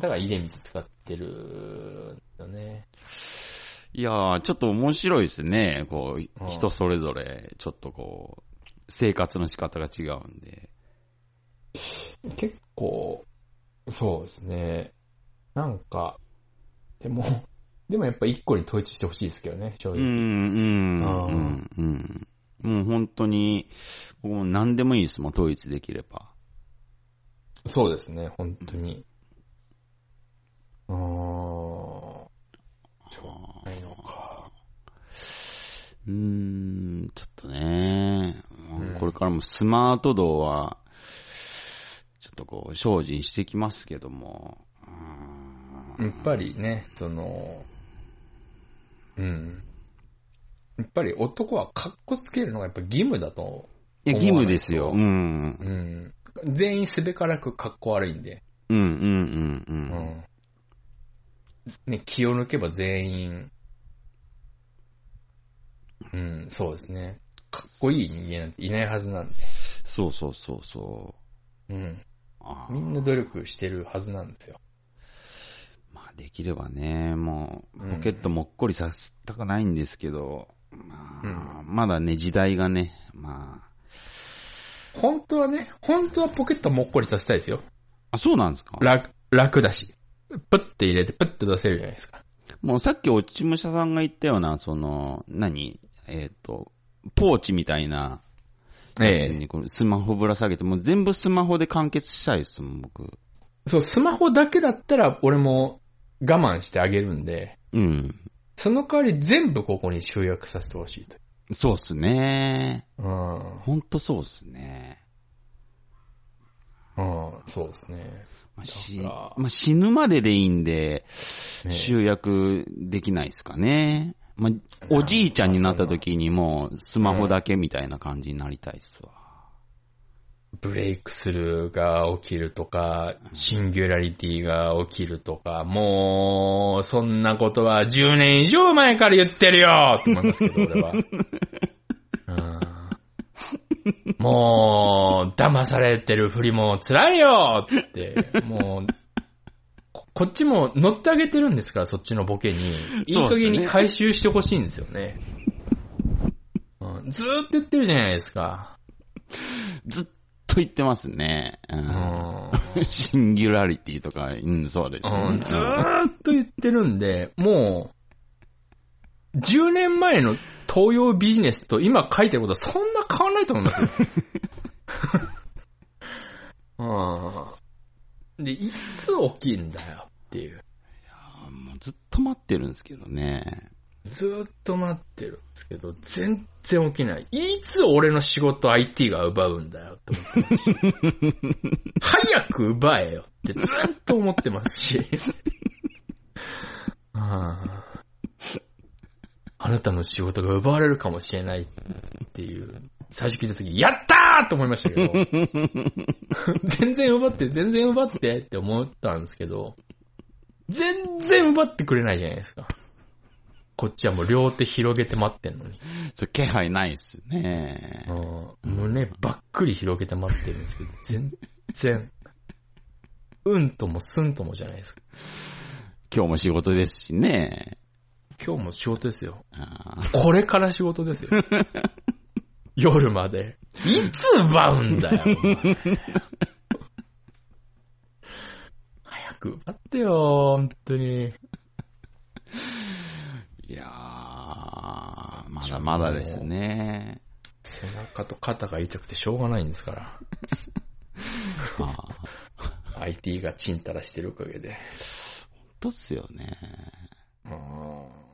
[SPEAKER 1] ら、入れ水使ってるんだよね。
[SPEAKER 2] いやー、ちょっと面白いですね。こ
[SPEAKER 1] うん
[SPEAKER 2] う、人それぞれ、ちょっとこう、生活の仕方が違うんで。
[SPEAKER 1] 結構、そうですね。なんか、でも、でもやっぱ一個に統一してほしいですけどね、正
[SPEAKER 2] う
[SPEAKER 1] 直。
[SPEAKER 2] ん、うん、うん、うん。もう本当に、僕も何でもいいですもん、統一できれば。
[SPEAKER 1] そうですね、本当に。あー、
[SPEAKER 2] あ
[SPEAKER 1] ないのか。
[SPEAKER 2] うーん、ちょっとね、
[SPEAKER 1] うん
[SPEAKER 2] これからもスマート度は、ちょっとこう、精進してきますけども、うーん
[SPEAKER 1] やっぱりね、その、うん。やっぱり男は格好つけるのがやっぱ義務だと、
[SPEAKER 2] いや、義務ですよ。う
[SPEAKER 1] 思
[SPEAKER 2] ん。
[SPEAKER 1] わ
[SPEAKER 2] うん、
[SPEAKER 1] うん。全員すべからく格好悪いんで、
[SPEAKER 2] うん、うん、う。
[SPEAKER 1] うんん。ね、気を抜けば全員、うん、そうですね。かっこいい人間なんていないはずなんで、
[SPEAKER 2] そうそうそうそう。
[SPEAKER 1] うん。
[SPEAKER 2] あー
[SPEAKER 1] みんな努力してるはずなんですよ。
[SPEAKER 2] まあ、できればね、もう、
[SPEAKER 1] うん
[SPEAKER 2] ポケットもっこりさせたくないんですけど、まあ、まだね、時代がね、まあ、
[SPEAKER 1] 本当はね、本当はポケットもっこりさせたいですよ。
[SPEAKER 2] あ、そうなんですか
[SPEAKER 1] 楽、楽だし。プッて入れて、プッて出せるじゃないですか。
[SPEAKER 2] もうさっき落ち武者さんが言ったような、その、何えっ、と、ポーチみたいな、
[SPEAKER 1] ええ。
[SPEAKER 2] このスマホぶら下げて、もう全部スマホで完結したいですもん、僕。
[SPEAKER 1] そう、スマホだけだったら俺も我慢してあげるんで、
[SPEAKER 2] うん。
[SPEAKER 1] その代わり全部ここに集約させてほしいと。
[SPEAKER 2] そうっすね。
[SPEAKER 1] うん。
[SPEAKER 2] ほんとそうっすね。
[SPEAKER 1] うん、そうですね。
[SPEAKER 2] まあ、し
[SPEAKER 1] だから
[SPEAKER 2] まあ、死ぬまででいいんで、
[SPEAKER 1] ね
[SPEAKER 2] 集約できないですかね。まあ、おじいちゃんになった時にもうスマホだけみたいな感じになりたいっすわ。
[SPEAKER 1] ブレイクスルーが起きるとか、シンギュラリティが起きるとか、もう、そんなことは10年以上前から言ってるよと思いますけど、俺は。うんもう、騙されてるふりも辛いよって、もう、ここっちも乗ってあげてるんですから、そっちのボケに。いい
[SPEAKER 2] そう
[SPEAKER 1] 加
[SPEAKER 2] ですね
[SPEAKER 1] 減に回収してほしいんですよね。うんずーっと言ってるじゃないですか。
[SPEAKER 2] ずっと言ってますね。う
[SPEAKER 1] うんん
[SPEAKER 2] シンギュラリティとか、うん、そうです、
[SPEAKER 1] う
[SPEAKER 2] ね
[SPEAKER 1] んずーっと言ってるんで、もう、10年前の東洋ビジネスと今書いてることはそんな変わらないと思いますよ。 うんで、いつ起きんだよっていう。
[SPEAKER 2] あもうずっと待ってるんですけどね。
[SPEAKER 1] ずーっと待ってるんですけど、全然起きない。いつ俺の仕事 IT が奪うんだよって思ってますし。早く奪えよってずーっと思ってますし。あああなたの仕事が奪われるかもしれないっていう、最初聞いた時、やったーと思いましたけど。全然奪って、全然奪ってって思ったんですけど、全然奪ってくれないじゃないですか。こっちはもう両手広げて待ってんのに。
[SPEAKER 2] ちょ気配ないっすね。
[SPEAKER 1] うん胸ばっくり広げて待ってるんです けど、全然、うんともすんともじゃないですか。
[SPEAKER 2] 今日も仕事ですしね。
[SPEAKER 1] 今日も仕事です よ。
[SPEAKER 2] あ
[SPEAKER 1] これから仕事 ですよ。夜まで。いつ奪うんだよ。お 前早く奪ってよ、本当に。
[SPEAKER 2] ーいやー、まだまだですね。
[SPEAKER 1] 背中と肩が痛くてしょうがないんですから。
[SPEAKER 2] あーほん
[SPEAKER 1] IT がチンタラしてるおかげで。
[SPEAKER 2] とっすよね。
[SPEAKER 1] うん